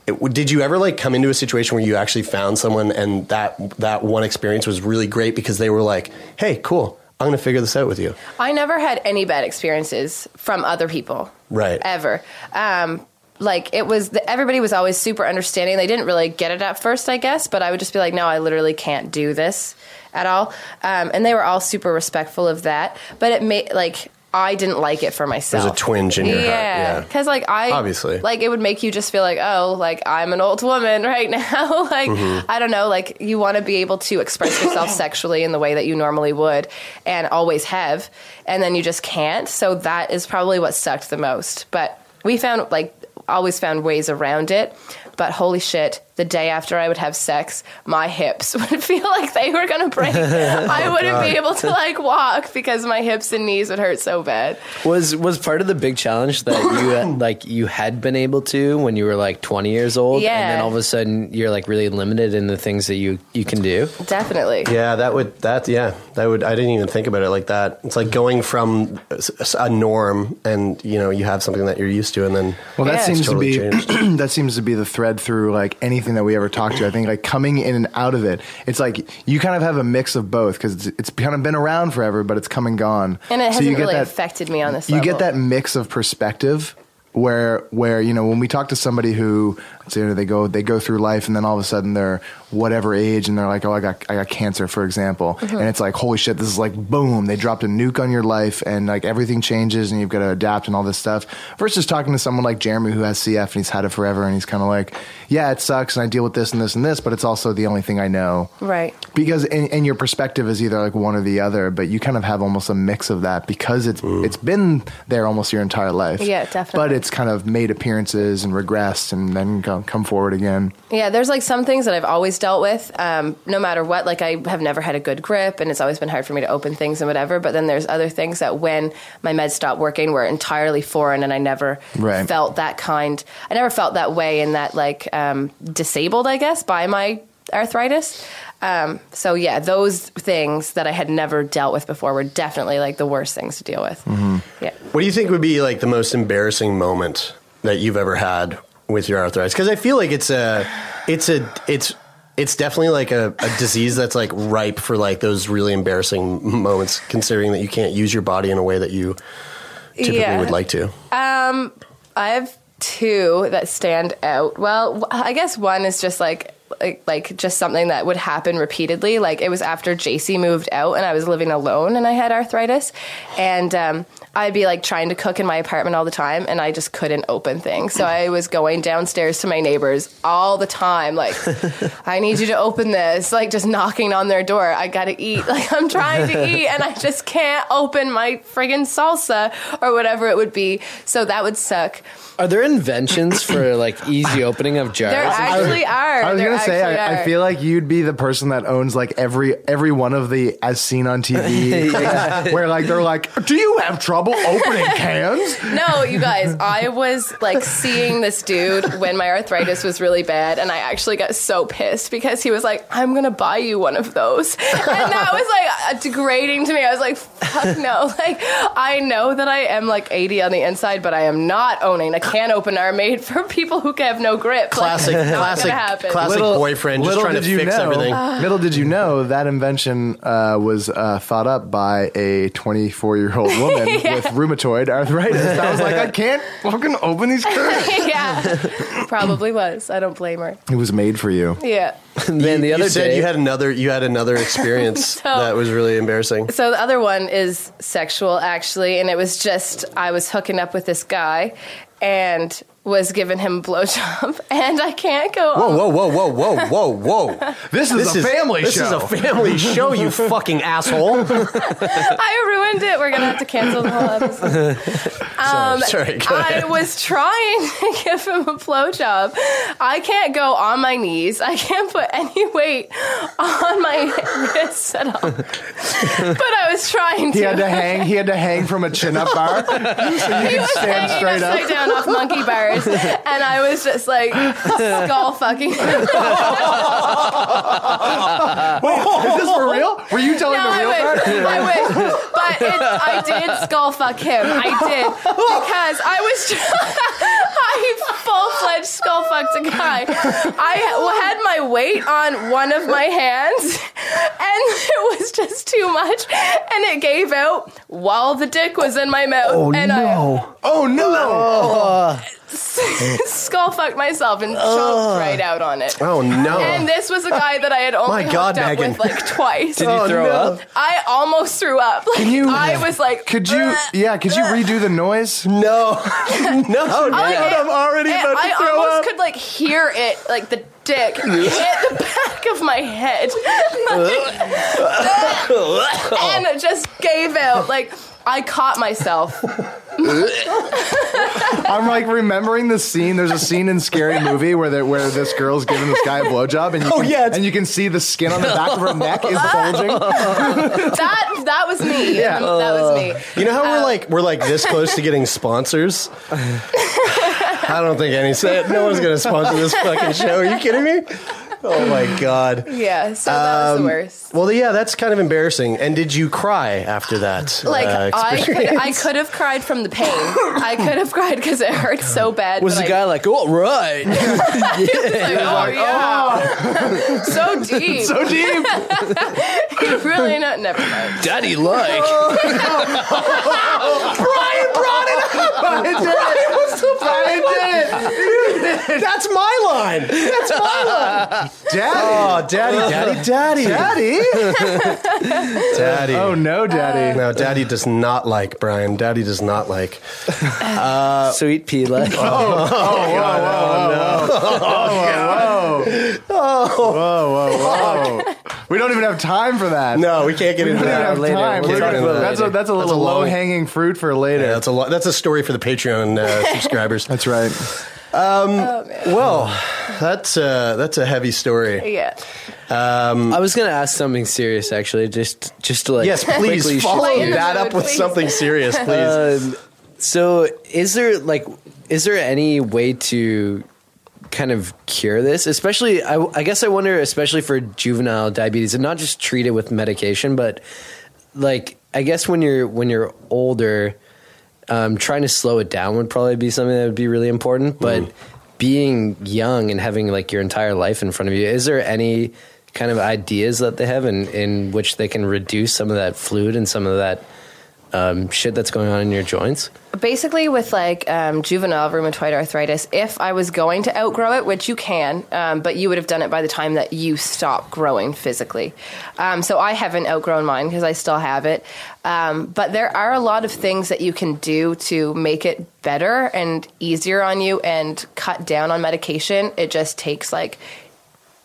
It- w- did you ever like come into a situation where you actually found someone and that that one experience was really great because they were like hey cool i'm gonna figure this out with you
I never had any bad experiences from other people.
right
ever. Um, like it was, the, everybody was always super understanding. They didn't really get it at first, I guess, but I would just be like, no, I literally can't do this at all. Um, and they were all super respectful of that. But it made like I didn't like it for myself.
twinge in your heart, yeah.
because like I
Obviously.
like it would make you just feel like, oh, like I'm an old woman right now. like
Mhm.
I don't know, like you want to be able to express yourself sexually in the way that you normally would and always have, and then you just can't. So that is probably what sucked the most. But we found like always found ways around it. But holy shit, the day after I would have sex, my hips would feel like they were gonna break. I
Oh,
wouldn't be
God.
able to like walk because my hips and knees would hurt so bad.
Was was part of the big challenge that you uh, like you had been able to when you were like 20 years old, and then
Yeah.
all of a sudden you're like really limited in the things that you you can do.
Definitely.
Yeah, that would that yeah that would I didn't even think about it like that. It's like going from s- s- a norm, and you know you have something that you're used to, and then
Well, that
it's
seems
totally
to
changed.
be that seems to be the thread through like anything that we ever talk to. I think like coming in and out of it, it's like you kind of have a mix of both because it's, it's kind of been around forever, but it's come and gone.
And it
So
hasn't
you get
really
that-
affected me on this
you
level.
get that mix of perspective where where you know when we talk to somebody who let's say they go they go through life and then all of a sudden they're whatever age and they're like oh I got I got cancer for example
Mm-hmm.
Mhm.
and it's like holy shit this is like boom they dropped a nuke on your life and like everything changes and you've got to adapt and all this stuff versus talking to someone like Jeremy who has CF and he's had it forever and he's kind of like yeah it sucks and I deal with this and this and this but it's also the only thing I know
Right.
because and, and your perspective is either like one or the other but you kind of have almost a mix of that because it's it's been there almost your entire life
Yeah, definitely.
but it's kind of made appearances and regressed and then come, come forward again
Yeah, there's like some things that I've always dealt with, um, no matter what. Like I have never had a good grip, and it's always been hard for me to open things and whatever. But then there's other things that when my meds stopped working were entirely foreign, and I never
Right.
felt that kind. I never felt that way and that like um, disabled, I guess, by my arthritis. Um, so yeah, those things that I had never dealt with before were definitely like the worst things to deal with. Yeah.
What do you think would be like the most embarrassing moment that you've ever had with your arthritis? Because I feel like it's a, it's a, it's, it's definitely like a, a disease that's like ripe for like those really embarrassing moments, considering that you can't use your body in a way that you typically
Yeah.
would like to.
Um, I have two that stand out. Well, w- I guess one is just like like, like just something that would happen repeatedly. Like it was after JC moved out and I was living alone and I had arthritis, and um, I'd be like trying to cook in my apartment all the time and I just couldn't open things. So I was going downstairs to my neighbors all the time, like I need you to open this, like just knocking on their door. I gotta eat. Like I'm trying to eat and I just can't open my friggin' salsa or whatever it would be. So that would suck.
Are there inventions for like easy opening of jars?
There actually are.
I was
There
gonna say,
actually
I, I
are.
feel like you'd be the person that owns like every every one of the as seen on TV,
Yeah.
where like they're like, "Do you have trouble opening cans?"
No, you guys, I was like seeing this dude when my arthritis was really bad, and I actually got so pissed because he was like, I'm gonna buy you one of those. And that was like uh, degrading to me. I was like, fuck no. Like, I know that I am like 80 on the inside, but I am not owning a can opener made for people who have no grip.
Classic,
like, it's not
classic,
gonna happen.
classic boyfriend just
little
trying to
did you
fix
know- Ah.
everything.
little did you know that invention uh, was uh, thought up by a 24 year old woman
Yeah.
with rheumatoid arthritis. I was like, I can't fucking open these curtains.
yeah, probably was. I don't blame her.
It was made for you.
Yeah.
And then the
you
other
said
day-
you had another, you had another experience
So-
that was really embarrassing.
So the other one is sexual, actually, and it was just I was hooking up with this guy and was giving him a blowjob, and I can't go.
Whoa,
on.
whoa, whoa, whoa, whoa, whoa, whoa.
This is a family
this
show.
is a family show, you fucking asshole.
I ruined it. We're gonna have to cancel the whole episode. Um,
sorry, go
I
ahead.
was trying to give him a blowjob. I can't go on my knees. I can't put any weight on my wrists at all. But I was trying to.
He had to hang. He had to hang from a chin up bar, so you
he
could
was
stand
hanging
straight
upside
up.
down off monkey bars, and I was just like skull fucking.
Wait, is this for real? Were you telling
no,
the
I
real
wish,
part?
I wish, but it, I did skull fuck him. I did because I was tr- I full fledged skull fucked a guy. I had my weight on one of my hands, and it was just too much, and it gave out while the dick was in my mouth,
Oh,
and I
oh no! Oh.
skull fucked myself and choked right out on it.
Oh, no.
And this was a guy that I had only
My God,
hooked up
Megan.
with like twice.
Did you Oh, throw no. up?
I almost threw up. Like,
Can you?
I was like,
could you? Yeah, could you redo the noise?
No, no, no!
I, like,
I'm already
it-
about
I
to throw
almost
up.
could like hear it, like the dick hit the back of my head, Like, and it just gave out. Like I caught myself.
I'm like remembering the scene. There's a scene in Scary Movie where they, where this girl's giving this guy a blowjob, and you
Oh,
can,
yeah, it's-
and you can see the skin on the back of her neck is bulging.
That that was me.
Yeah.
that was me.
Uh,
Uh,
You know how we're like we're like this close to getting sponsors. I don't think any said no one's gonna sponsor this fucking show. Are you kidding me? Oh my god.
Yeah. So that was the
Um,
worst.
Well, yeah, that's kind of embarrassing. And did you cry after that?
like
uh,
I could,
experience?
I could have cried from the pain. I could have cried because it hurt so bad.
was
but
the
I-
guy like, oh right?
like, oh yeah, so deep,
Oh,
so deep.
You really not. Never mind.
Daddy like.
Brian brought it up. Brian did it. Brian did it.
That's my line. That's my line.
Daddy,
Oh, daddy, daddy, daddy,
daddy.
daddy.
Oh no, daddy.
No, Daddy does not like Brian. Daddy does not like.
Sweet pea like.
Whoa, whoa, whoa. We don't even have time for that.
No, we can't get
We
into
don't even
that.
have time.
We'll
We're
get
gonna-
into that
that's, a,
later.
that's a little
long-
low hanging fruit for later.
Yeah, that's a lot. That's a story for the Patreon uh, subscribers.
that's right.
Well, that's uh, that's a heavy story. Um,
Yeah.
I was gonna ask something serious actually, just just to like
Yes,
quickly
please follow
Play in the
that
mood,
up with
please.
something serious, please.
Uh,
Um, so is there like is there any way to kind of cure this? Especially, I, I guess I wonder, especially for juvenile diabetes, and not just treat it with medication, but like I guess when you're when you're older, um, trying to slow it down would probably be something that would be really important. But being young and having like your entire life in front of you, is there any kind of ideas that they have in, in which they can reduce some of that fluid and some of that um, shit that's going on in your joints?
Basically, with like um, juvenile rheumatoid arthritis, if I was going to outgrow it, which you can, um, but you would have done it by the time that you stop growing physically. Um, so I haven't outgrown mine because I still have it. Um, but there are a lot of things that you can do to make it better and easier on you and cut down on medication. It just takes like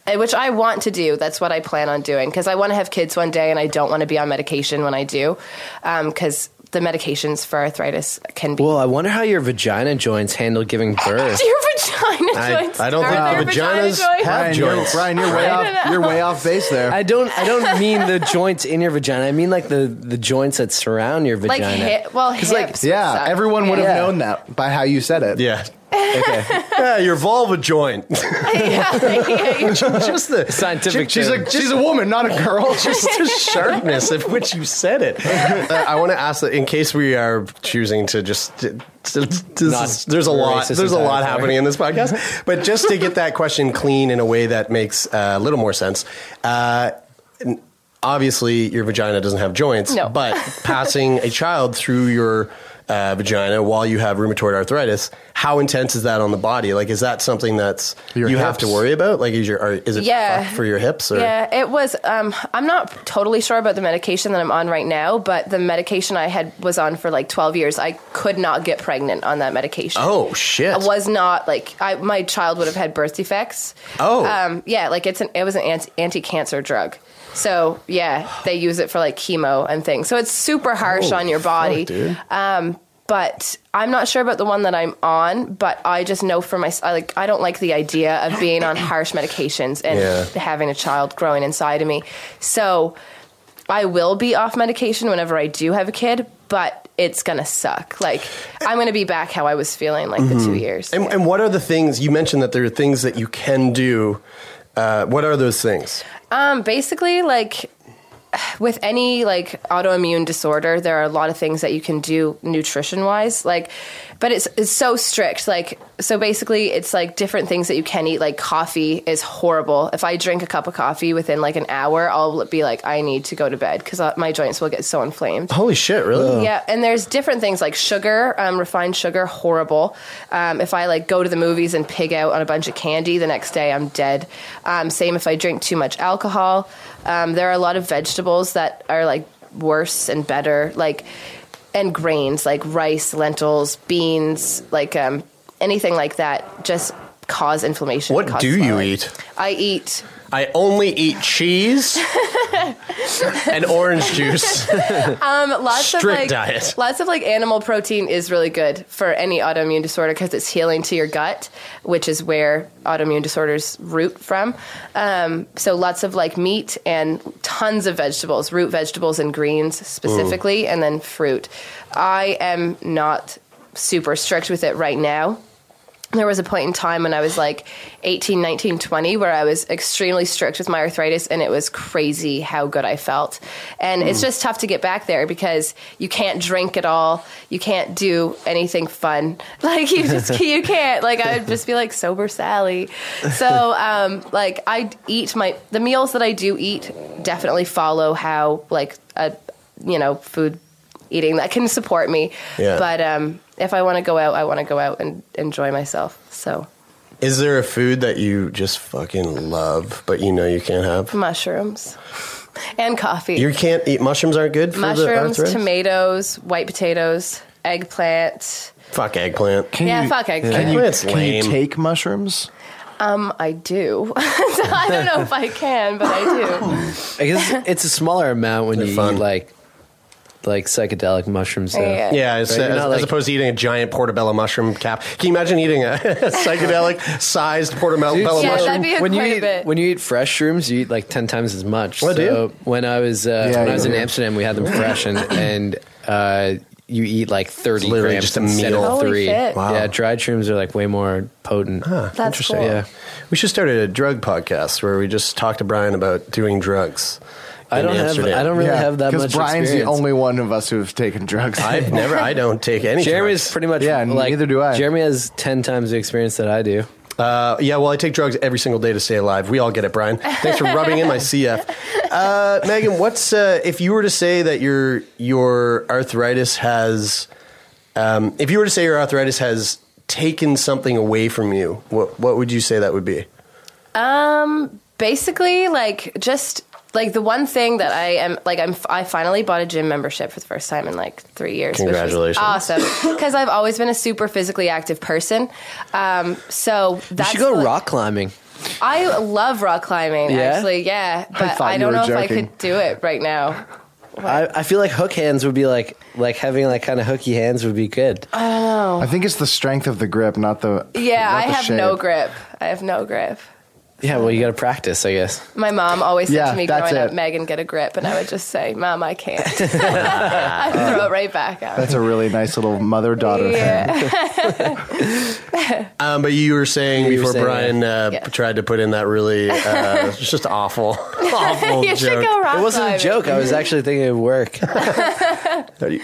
uh, which I want to do. That's what I plan on doing because I want to have kids one day, and I don't want to be on medication when I do, because the medications for arthritis can be.
Well, I wonder how your vagina joints handle giving birth.
Your vagina joints. Are there vagina joints? I don't know.
off base there. I don't. I don't mean the joints in your vagina. I mean like the the joints that surround your
Like
vagina.
hip- well,
'Cause,
hips would
Yeah,
suck.
everyone would have
Yeah.
known that by how you said it.
Yeah. yeah, your vulva joint. just the
scientific.
she's
term.
a she's a woman, not a girl. just the sharpness of which you said it. Uh, I want to ask that in case we are choosing to just. to- to- this
Not
is- there's a lot.
racist
There's a lot
entirely.
happening in this podcast, but just to get that question clean in a way that makes uh, a little more sense. Uh, n- obviously, your vagina doesn't have joints,
No.
but passing a child through your uh, vagina while you have rheumatoid arthritis, how intense is that on the body? Like, is that something that's you have to worry about? Like, is your are, is it
Yeah.
fucked for your hips? Or?
Yeah, it was. Um, I'm not totally sure about the medication that I'm on right now, but the medication I had was on for like 12 years. I could not get pregnant on that medication.
Oh shit!
I was not like I, my child would have had birth defects.
Oh.
um, yeah, like it's an it was an anti cancer drug. So yeah, they use it for like chemo and things. So it's super harsh
Holy
on your body.
fuck, dude.
um, but I'm not sure about the one that I'm on. But I just know for myself, I like I don't like the idea of being on harsh medications and
Yeah.
having a child growing inside of me. So I will be off medication whenever I do have a kid, but it's gonna suck. Like I'm gonna be back how I was feeling like the two
Mhm.
years.
And, and what are the things you mentioned that there are things that you can do? Uh, what are those things?
Um, basically, like with any like autoimmune disorder, there are a lot of things that you can do nutrition wise. Like, but it's it's so strict. Like, so basically, it's like different things that you can eat. Like, coffee is horrible. If I drink a cup of coffee within like an hour, I'll be like, I need to go to bed because my joints will get so inflamed.
Holy shit! Really?
Yeah, and there's different things like sugar, um, refined sugar, horrible. Um, if I like go to the movies and pig out on a bunch of candy, the next day I'm dead. Um, same if I drink too much alcohol. Um, there are a lot of vegetables that are like worse and better, like and grains like rice, lentils, beans, like um, anything like that, just cause inflammation. and
What
cause
do you
swelling.
eat?
I eat
I only eat cheese and orange juice.
um, lots of
Strict
like
diet.
lots of like animal protein is really good for any autoimmune disorder because it's healing to your gut, which is where autoimmune disorders root from. Um, so lots of like meat and tons of vegetables, root vegetables and greens specifically, and then fruit. I am not super strict with it right now there was a point in time when I was like 18, 19, 20 where I was extremely strict with my arthritis and it was crazy how good I felt. And it's
Mm.
just tough to get back there because you can't drink at all. You can't do anything fun. Like you just you can't. Like I would just be like sober Sally. So um like I eat my the meals that I do eat definitely follow how like a you know food eating that can support me.
Yeah.
But um, if I want to go out, I want to go out and enjoy myself. So
Is there a food that you just fucking love, but you know you can't have?
mushrooms and coffee.
You can't eat mushrooms. Aren't good for the
mushrooms,
arthritis.
tomatoes, white potatoes, eggplant.
Fuck eggplant.
Can Yeah, you- fuck eggplant.
Can you,
Eggplant's
can you
lame.
take mushrooms?
Um, I do. so I don't know if I can, but I do.
I guess it's a smaller amount when you eat like like psychedelic mushrooms. Though.
Yeah.
Yeah, it's,
Right? You're
as,
not,
as
like-
opposed to eating a giant portobello mushroom cap. Can you imagine eating a psychedelic sized portobello
Yeah,
mushroom?
that'd be a
when you
quite a
eat,
bit.
When you eat fresh shrooms, you eat like ten times as much.
I
so
Oh, do.
when I was uh,
Yeah,
when
you
I was in
do.
Amsterdam, we had them fresh, and and uh, you eat like 30
literally
grams
just a
instead
meal.
of
Holy
three.
shit. Wow.
Yeah, dried shrooms are like way more potent.
That's interesting. cool.
Yeah.
We should start a drug podcast where we just talk to Brian about doing drugs.
I
in
don't have-
Amsterdam.
I don't really Yeah, have that 'cause much
Brian's the
experience.
only one of us who have taken drugs.
I've never. I don't take any.
Jeremy's
drugs.
pretty much
Yeah,
like,
neither do I.
Jeremy has 10 times the experience that I do.
Uh, yeah, well, I take drugs every single day to stay alive. We all get it, Brian. Thanks for rubbing in my CF. Uh, Megan, what's uh, if you were to say that your your arthritis has, um, if you were to say your arthritis has taken something away from you, what what would you say that would be?
Um, basically, like just like the one thing that I am like I'm I finally bought a gym membership for the first time in like three years. which was
Congratulations.
awesome! Because I've always been a super physically active person. Um, so that's
you should go
the-
rock climbing.
I love rock climbing.
Yeah?
Actually, yeah, but
thought
I,
you
don't
were
know if I
joking.
could do it right now.
I, I feel like hook hands would be like, like having like kind of hooky hands would be good.
I don't know.
I think it's the strength of the grip, not the.
yeah,
not
I
the
have no
shape.
grip. I have no grip.
Yeah, well, you got to practice, I guess.
My mom always said
Yeah,
to me
that's
growing up,
it.
"Megan, get a grip," and I would just say, "Mom, I can't." I'd throw it right back out.
That's a really nice little mother daughter thing.
Um, but you were saying
You were
before
saying
Brian uh, p- tried to put in that really, uh, it's just awful, awful
You should
joke.
go rock
It wasn't a
climbing.
joke. I was actually thinking it would work.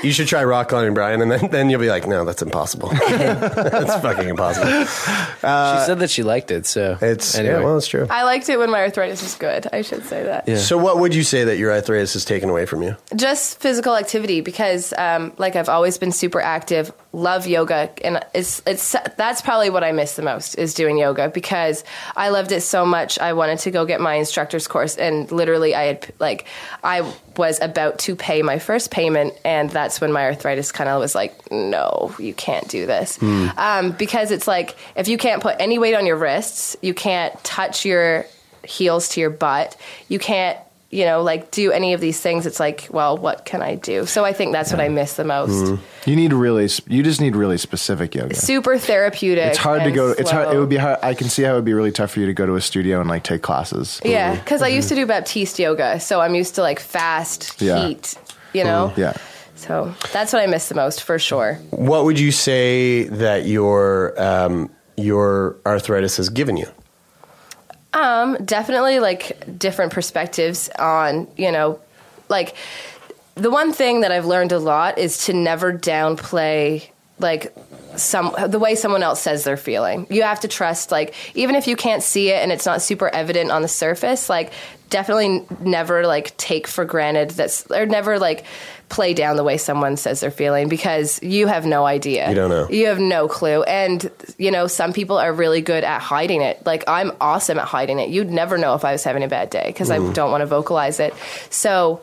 You should try rock climbing, Brian, and then, then you'll be like, no, that's impossible. that's fucking impossible.
she said that she liked it, so
Uh, it's yeah, well, it's true.
I liked it when my arthritis was good. I should say that.
So, what would you say that your arthritis has taken away from you?
Just physical activity because, um, like, I've always been super active. Love yoga, and it's it's that's probably what I miss the most is doing yoga because I loved it so much. I wanted to go get my instructor's course, and literally, I had like I was about to pay my first payment, and that's when my arthritis kind of was like, no, you can't do this.
Hmm.
um, because it's like if you can't put any weight on your wrists, you can't touch your heels to your butt, you can't, you know, like do any of these things. It's like, well, what can I do? So I think that's what I miss the most.
Mhm. You need really. sp- You just need really specific yoga.
Super therapeutic.
It's hard to
and
go. It's hard. It
slow.
would be hard. I can see how it would be really tough for you to go to a studio and like take classes.
yeah, because I used to do Baptiste yoga, so I'm used to like fast
Mm-hmm. Yeah. Mm-hmm.
heat, you know.
Yeah.
So that's what I miss the most for sure.
What would you say that your um, your arthritis has given you?
Um, definitely like different perspectives on, you know, like the one thing that I've learned a lot is to never downplay like some the way someone else says they're feeling. You have to trust like even if you can't see it and it's not super evident on the surface, like definitely n- never like take for granted that's or never like play down the way someone says they're feeling because you have no idea.
You don't know.
You have no clue. And, you know, some people are really good at hiding it. Like, I'm awesome at hiding it. You'd never know if I was having a bad day because I
Mm.
don't want to vocalize it. So,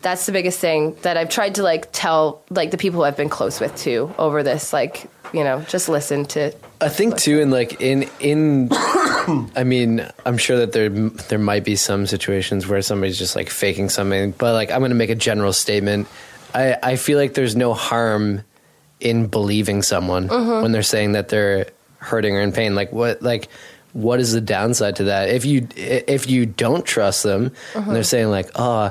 that's the biggest thing that I've tried to like tell like the people I've been close with too over this. Like, you know, just listen to.
I think too, and like in in, I mean, I'm sure that there there might be some situations where somebody's just like faking something, but like I'm going to make a general statement. I I feel like there's no harm in believing someone
Mhm.
when they're saying that they're hurting or in pain. Like what like what is the downside to that? If you if you don't trust them
Mhm.
and they're saying like, oh,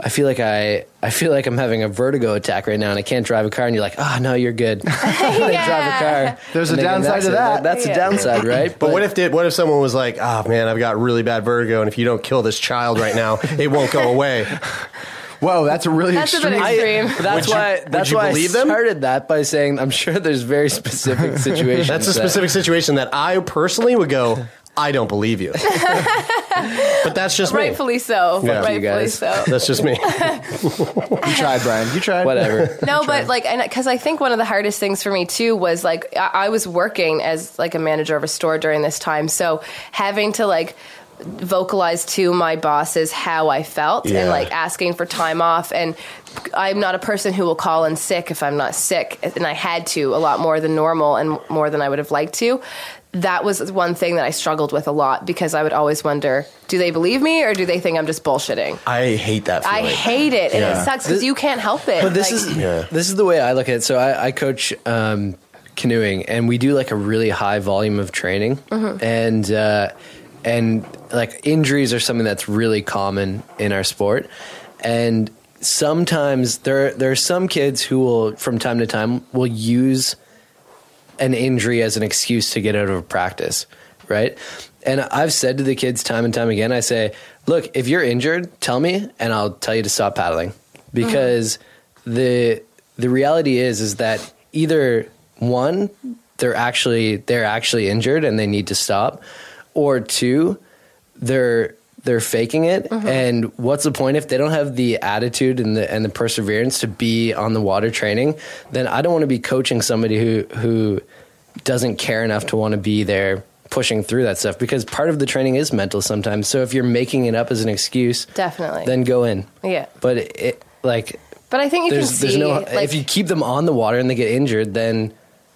I feel like I I feel like I'm having a vertigo attack right now and I can't drive a car and you're like, oh no, you're good. They drive a car.
There's
and they
a
go,
downside
"That's
to
it."
that.
That's a downside, right?
But, what if did, what if someone was like, "Ah, man, I've got really bad vertigo, and if you don't kill this child right now, it won't go away."
Whoa, that's a really
That's a bit extreme.
That's
Would you-
why.
would
that's
you
why I
believe them?
started that by saying I'm sure there's very specific situations.
That's a
that-
specific situation that I personally would go, "I don't believe you," but that's just me.
rightfully so.
Yeah.
Rightfully so.
That's just me.
You tried, Brian. You tried.
Whatever.
no, but like, and because I think one of the hardest things for me too was like I, I was working as like a manager of a store during this time, so having to like vocalize to my bosses how I felt and
Yeah.
like asking for time off and I'm not a person who will call in sick if I'm not sick and I had to a lot more than normal and more than I would have liked to. That was one thing that I struggled with a lot because I would always wonder, do they believe me or do they think I'm just bullshitting?
I hate that.
I hate it and it sucks because you can't help it.
But this
Like-
is this is the way I look at it. So I, I coach um, canoeing, and we do like a really high volume of training,
Mhm.
and uh, and like injuries are something that's really common in our sport, and sometimes there there are some kids who will from time to time will use an injury as an excuse to get out of a practice, right? And I've said to the kids time and time again, I say, look, if you're injured, tell me and I'll tell you to stop paddling. Because the the reality is is that either one, they're actually they're actually injured and they need to stop, or two, they're they're faking it and what's the point if they don't have the attitude and the and the perseverance to be on the water training then i don't want to be coaching somebody who who doesn't care enough to want to be there pushing through that stuff because part of the training is mental sometimes so if you're making it up as an excuse
Definitely.
then go in
yeah.
but it like
But I think you
there's,
can
there's
see
no
like,
if you keep them on the water and they get injured then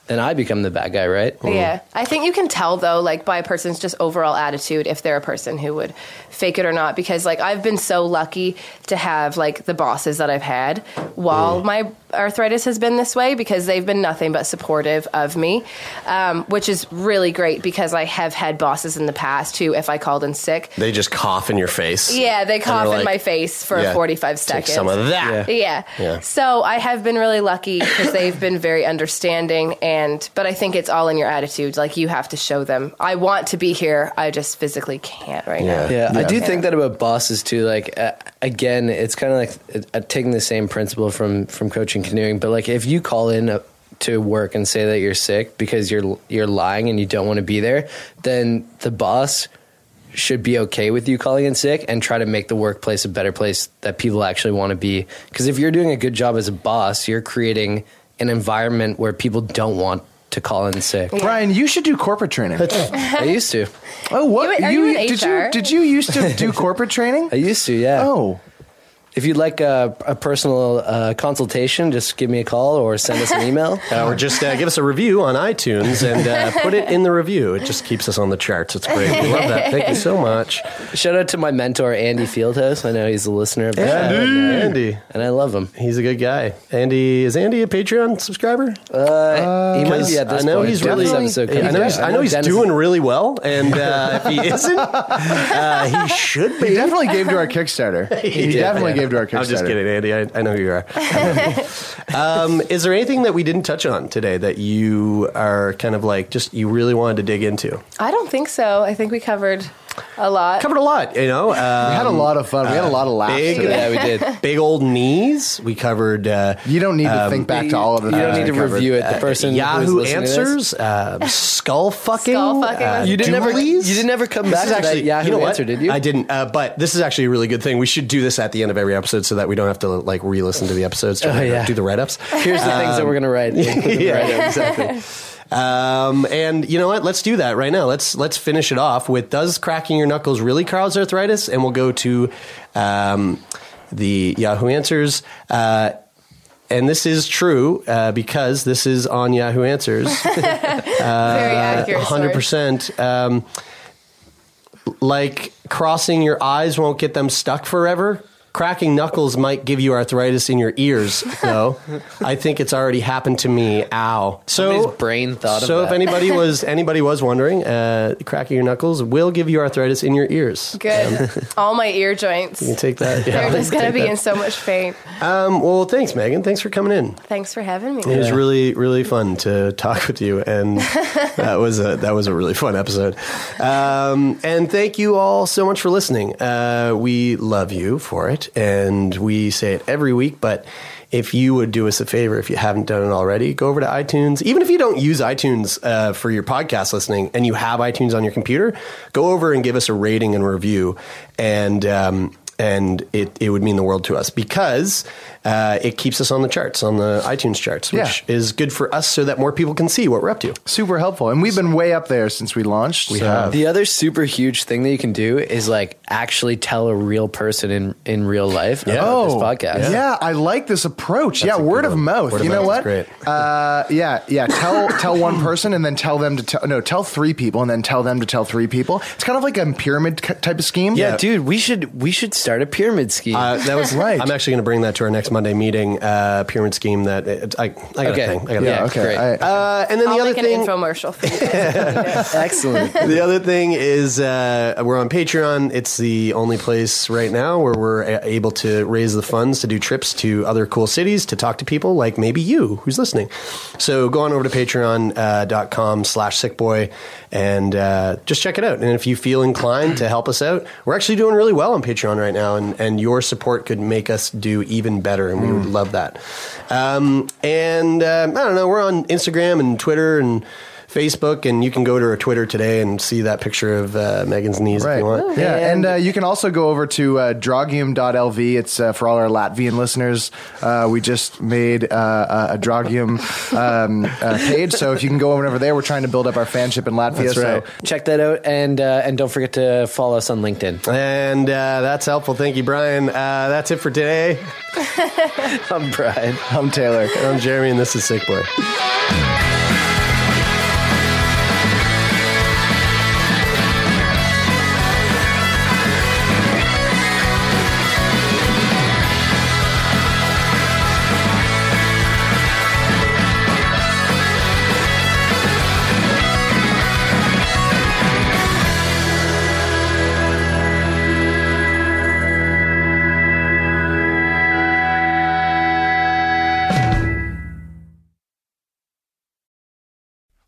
then i become the bad guy right
Yeah,
hmm.
I think you can tell though, like by a person's just overall attitude, if they're a person who would fake it or not. Because like I've been so lucky to have like the bosses that I've had while
Mm.
my arthritis has been this way, because they've been nothing but supportive of me, um, which is really great. Because I have had bosses in the past who, if I called in sick,
They just cough in your face.
yeah, they
And
cough
they're
in
like,
my face for
"Yeah,
45
take
seconds.
some of that.
Yeah.
Yeah.
So I have been really lucky because they've been very understanding and but I think it's all in your attitude. Like you have to show them. I want to be here. I just physically can't right now.
Yeah, I do think that about bosses too. Like uh, again, it's kind of like uh, taking the same principle from from coaching canoeing. But like if you call in uh to work and say that you're sick because you're you're lying and you don't want to be there, then the boss should be okay with you calling in sick and try to make the workplace a better place that people actually want to be. Because if you're doing a good job as a boss, you're creating an environment where people don't want to call in sick.
Brian, you should do corporate training.
I used to.
Oh, what?
You- are you in
did
HR?
you did you used to do corporate training?
I used to, yeah.
Oh.
If you'd like a, a personal uh, consultation, just give me a call or send us an email.
Uh, or just uh, give us a review on iTunes and uh, put it in the review. It just keeps us on the charts. It's great. We love that. Thank you so much.
Shout out to my mentor, Andy Fieldhouse. I know he's a listener of the
Andy!
show. And, uh,
Andy.
And I love him.
He's a good guy. Andy, is Andy a Patreon subscriber?
Uh, he might be at this
I know
point.
he's
Dennis
really.
episode
I
comes
know
out.
he's,
I
I
know
know he's
Dennis
doing really well, and uh, if he isn't, uh, he should be.
He definitely gave to our Kickstarter. He,
did,
definitely
yeah.
gave to our Kickstarter.
I'm just kidding, Andy. I, I know who you are. um, is there anything that we didn't touch on today that you are kind of like just you really wanted to dig into?
I don't think so. I think we covered a lot.
Covered a lot, you know. Uh,
We had a lot of fun. We had a lot of laughs.
Um, Big,
today.
Yeah, we did.
Big old knees. We covered. Uh,
You don't need to
Um,
think back to all of the
you don't
things
need
we
to
covered.
review it. The person who's
Uh, Yahoo
listening to this-
Answers, um, skull fucking, uh,
Skull fucking.
You didn't ever. You
Doolies?
didn't ever come
This
back
is
to
actually
that Yahoo
you know what?
answer, did you?
I didn't, uh, but this is actually a really good thing. We should do this at the end of every episode so that we don't have to like re-listen to the episodes to
Oh, yeah.
do the write-ups. Um,
Here's the things that we're gonna write.
yeah, exactly. Um, and you know what? Let's do that right now. Let's let's finish it off with does cracking your knuckles really cause arthritis? And we'll go to um, the Yahoo Answers. Uh, and this is true uh, because this is on Yahoo Answers.
Very accurate.
Uh, hundred
source.
percent. Um, like crossing your eyes won't get them stuck forever. Cracking knuckles might give you arthritis in your ears, though. I think it's already happened to me. Ow! So
Somebody's brain thought of
So if
that.
anybody was anybody was wondering, uh, cracking your knuckles will give you arthritis in your ears.
Good. All my ear joints.
You can take that. Yeah,
They're just
take
going to be
that.
in so much pain.
Um, well, thanks, Megan. Thanks for coming in.
Thanks for having me.
It was really, really fun to talk with you, and that was a that was a really fun episode. Um, and thank you all so much for listening. Uh, we love you for it, and we say it every week. But if you would do us a favor, if you haven't done it already, go over to iTunes. Even if you don't use iTunes uh, for your podcast listening, and you have iTunes on your computer, go over and give us a rating and review, and. Um, and it, it would mean the world to us because uh, it keeps us on the charts, on the iTunes charts, which
Yeah.
is good for us so that more people can see what we're up to.
Super helpful, and we've been way up there since we launched. We
have.
The other super huge thing that you can do is like actually tell a real person in in real life about
Oh.
this podcast.
Oh, Yeah. I like this approach.
That's
yeah,
a
word
good
of
one.
mouth.
Word of
you
mouth
know
is
what?
great.
Uh, yeah, yeah. Tell tell one person and then tell them to tell no, tell three people and then tell them to tell three people. It's kind of like a pyramid c- type of scheme.
Yeah, dude, we should we should start a pyramid scheme.
Uh, that was right. I'm actually going to bring that to our next Monday meeting. Uh, pyramid scheme that it, I, I got
Okay.
a thing. I got a
Yeah,
thing.
okay. Great.
Uh, and then
I'll
the other
make
thing,
an infomercial. For you.
Excellent.
the other thing is uh, we're on Patreon. It's the only place right now where we're a- able to raise the funds to do trips to other cool cities to talk to people like maybe you who's listening. So go on over to patreon.com uh, slash sickboy and uh, just check it out. And if you feel inclined to help us out, we're actually doing really well on Patreon right now. And, and your support could make us do even better. And we would love that. Um, and um, I don't know. We're on Instagram and Twitter and Facebook, and you can go to her Twitter today and see that picture of uh, Megan's knees if you want.
Yeah, and, uh, you can also go over to uh, drogium.lv. It's uh, for all our Latvian listeners. Uh, we just made uh, a a drogium um, uh, page, so if you can go over there, we're trying to build up our fanship in Latvia. So
Check that out, and uh, and don't forget to follow us on LinkedIn.
And uh, that's helpful. Thank you, Brian. Uh, that's it for today.
I'm Brian.
I'm Taylor.
And I'm Jeremy, and this is Sick Boy.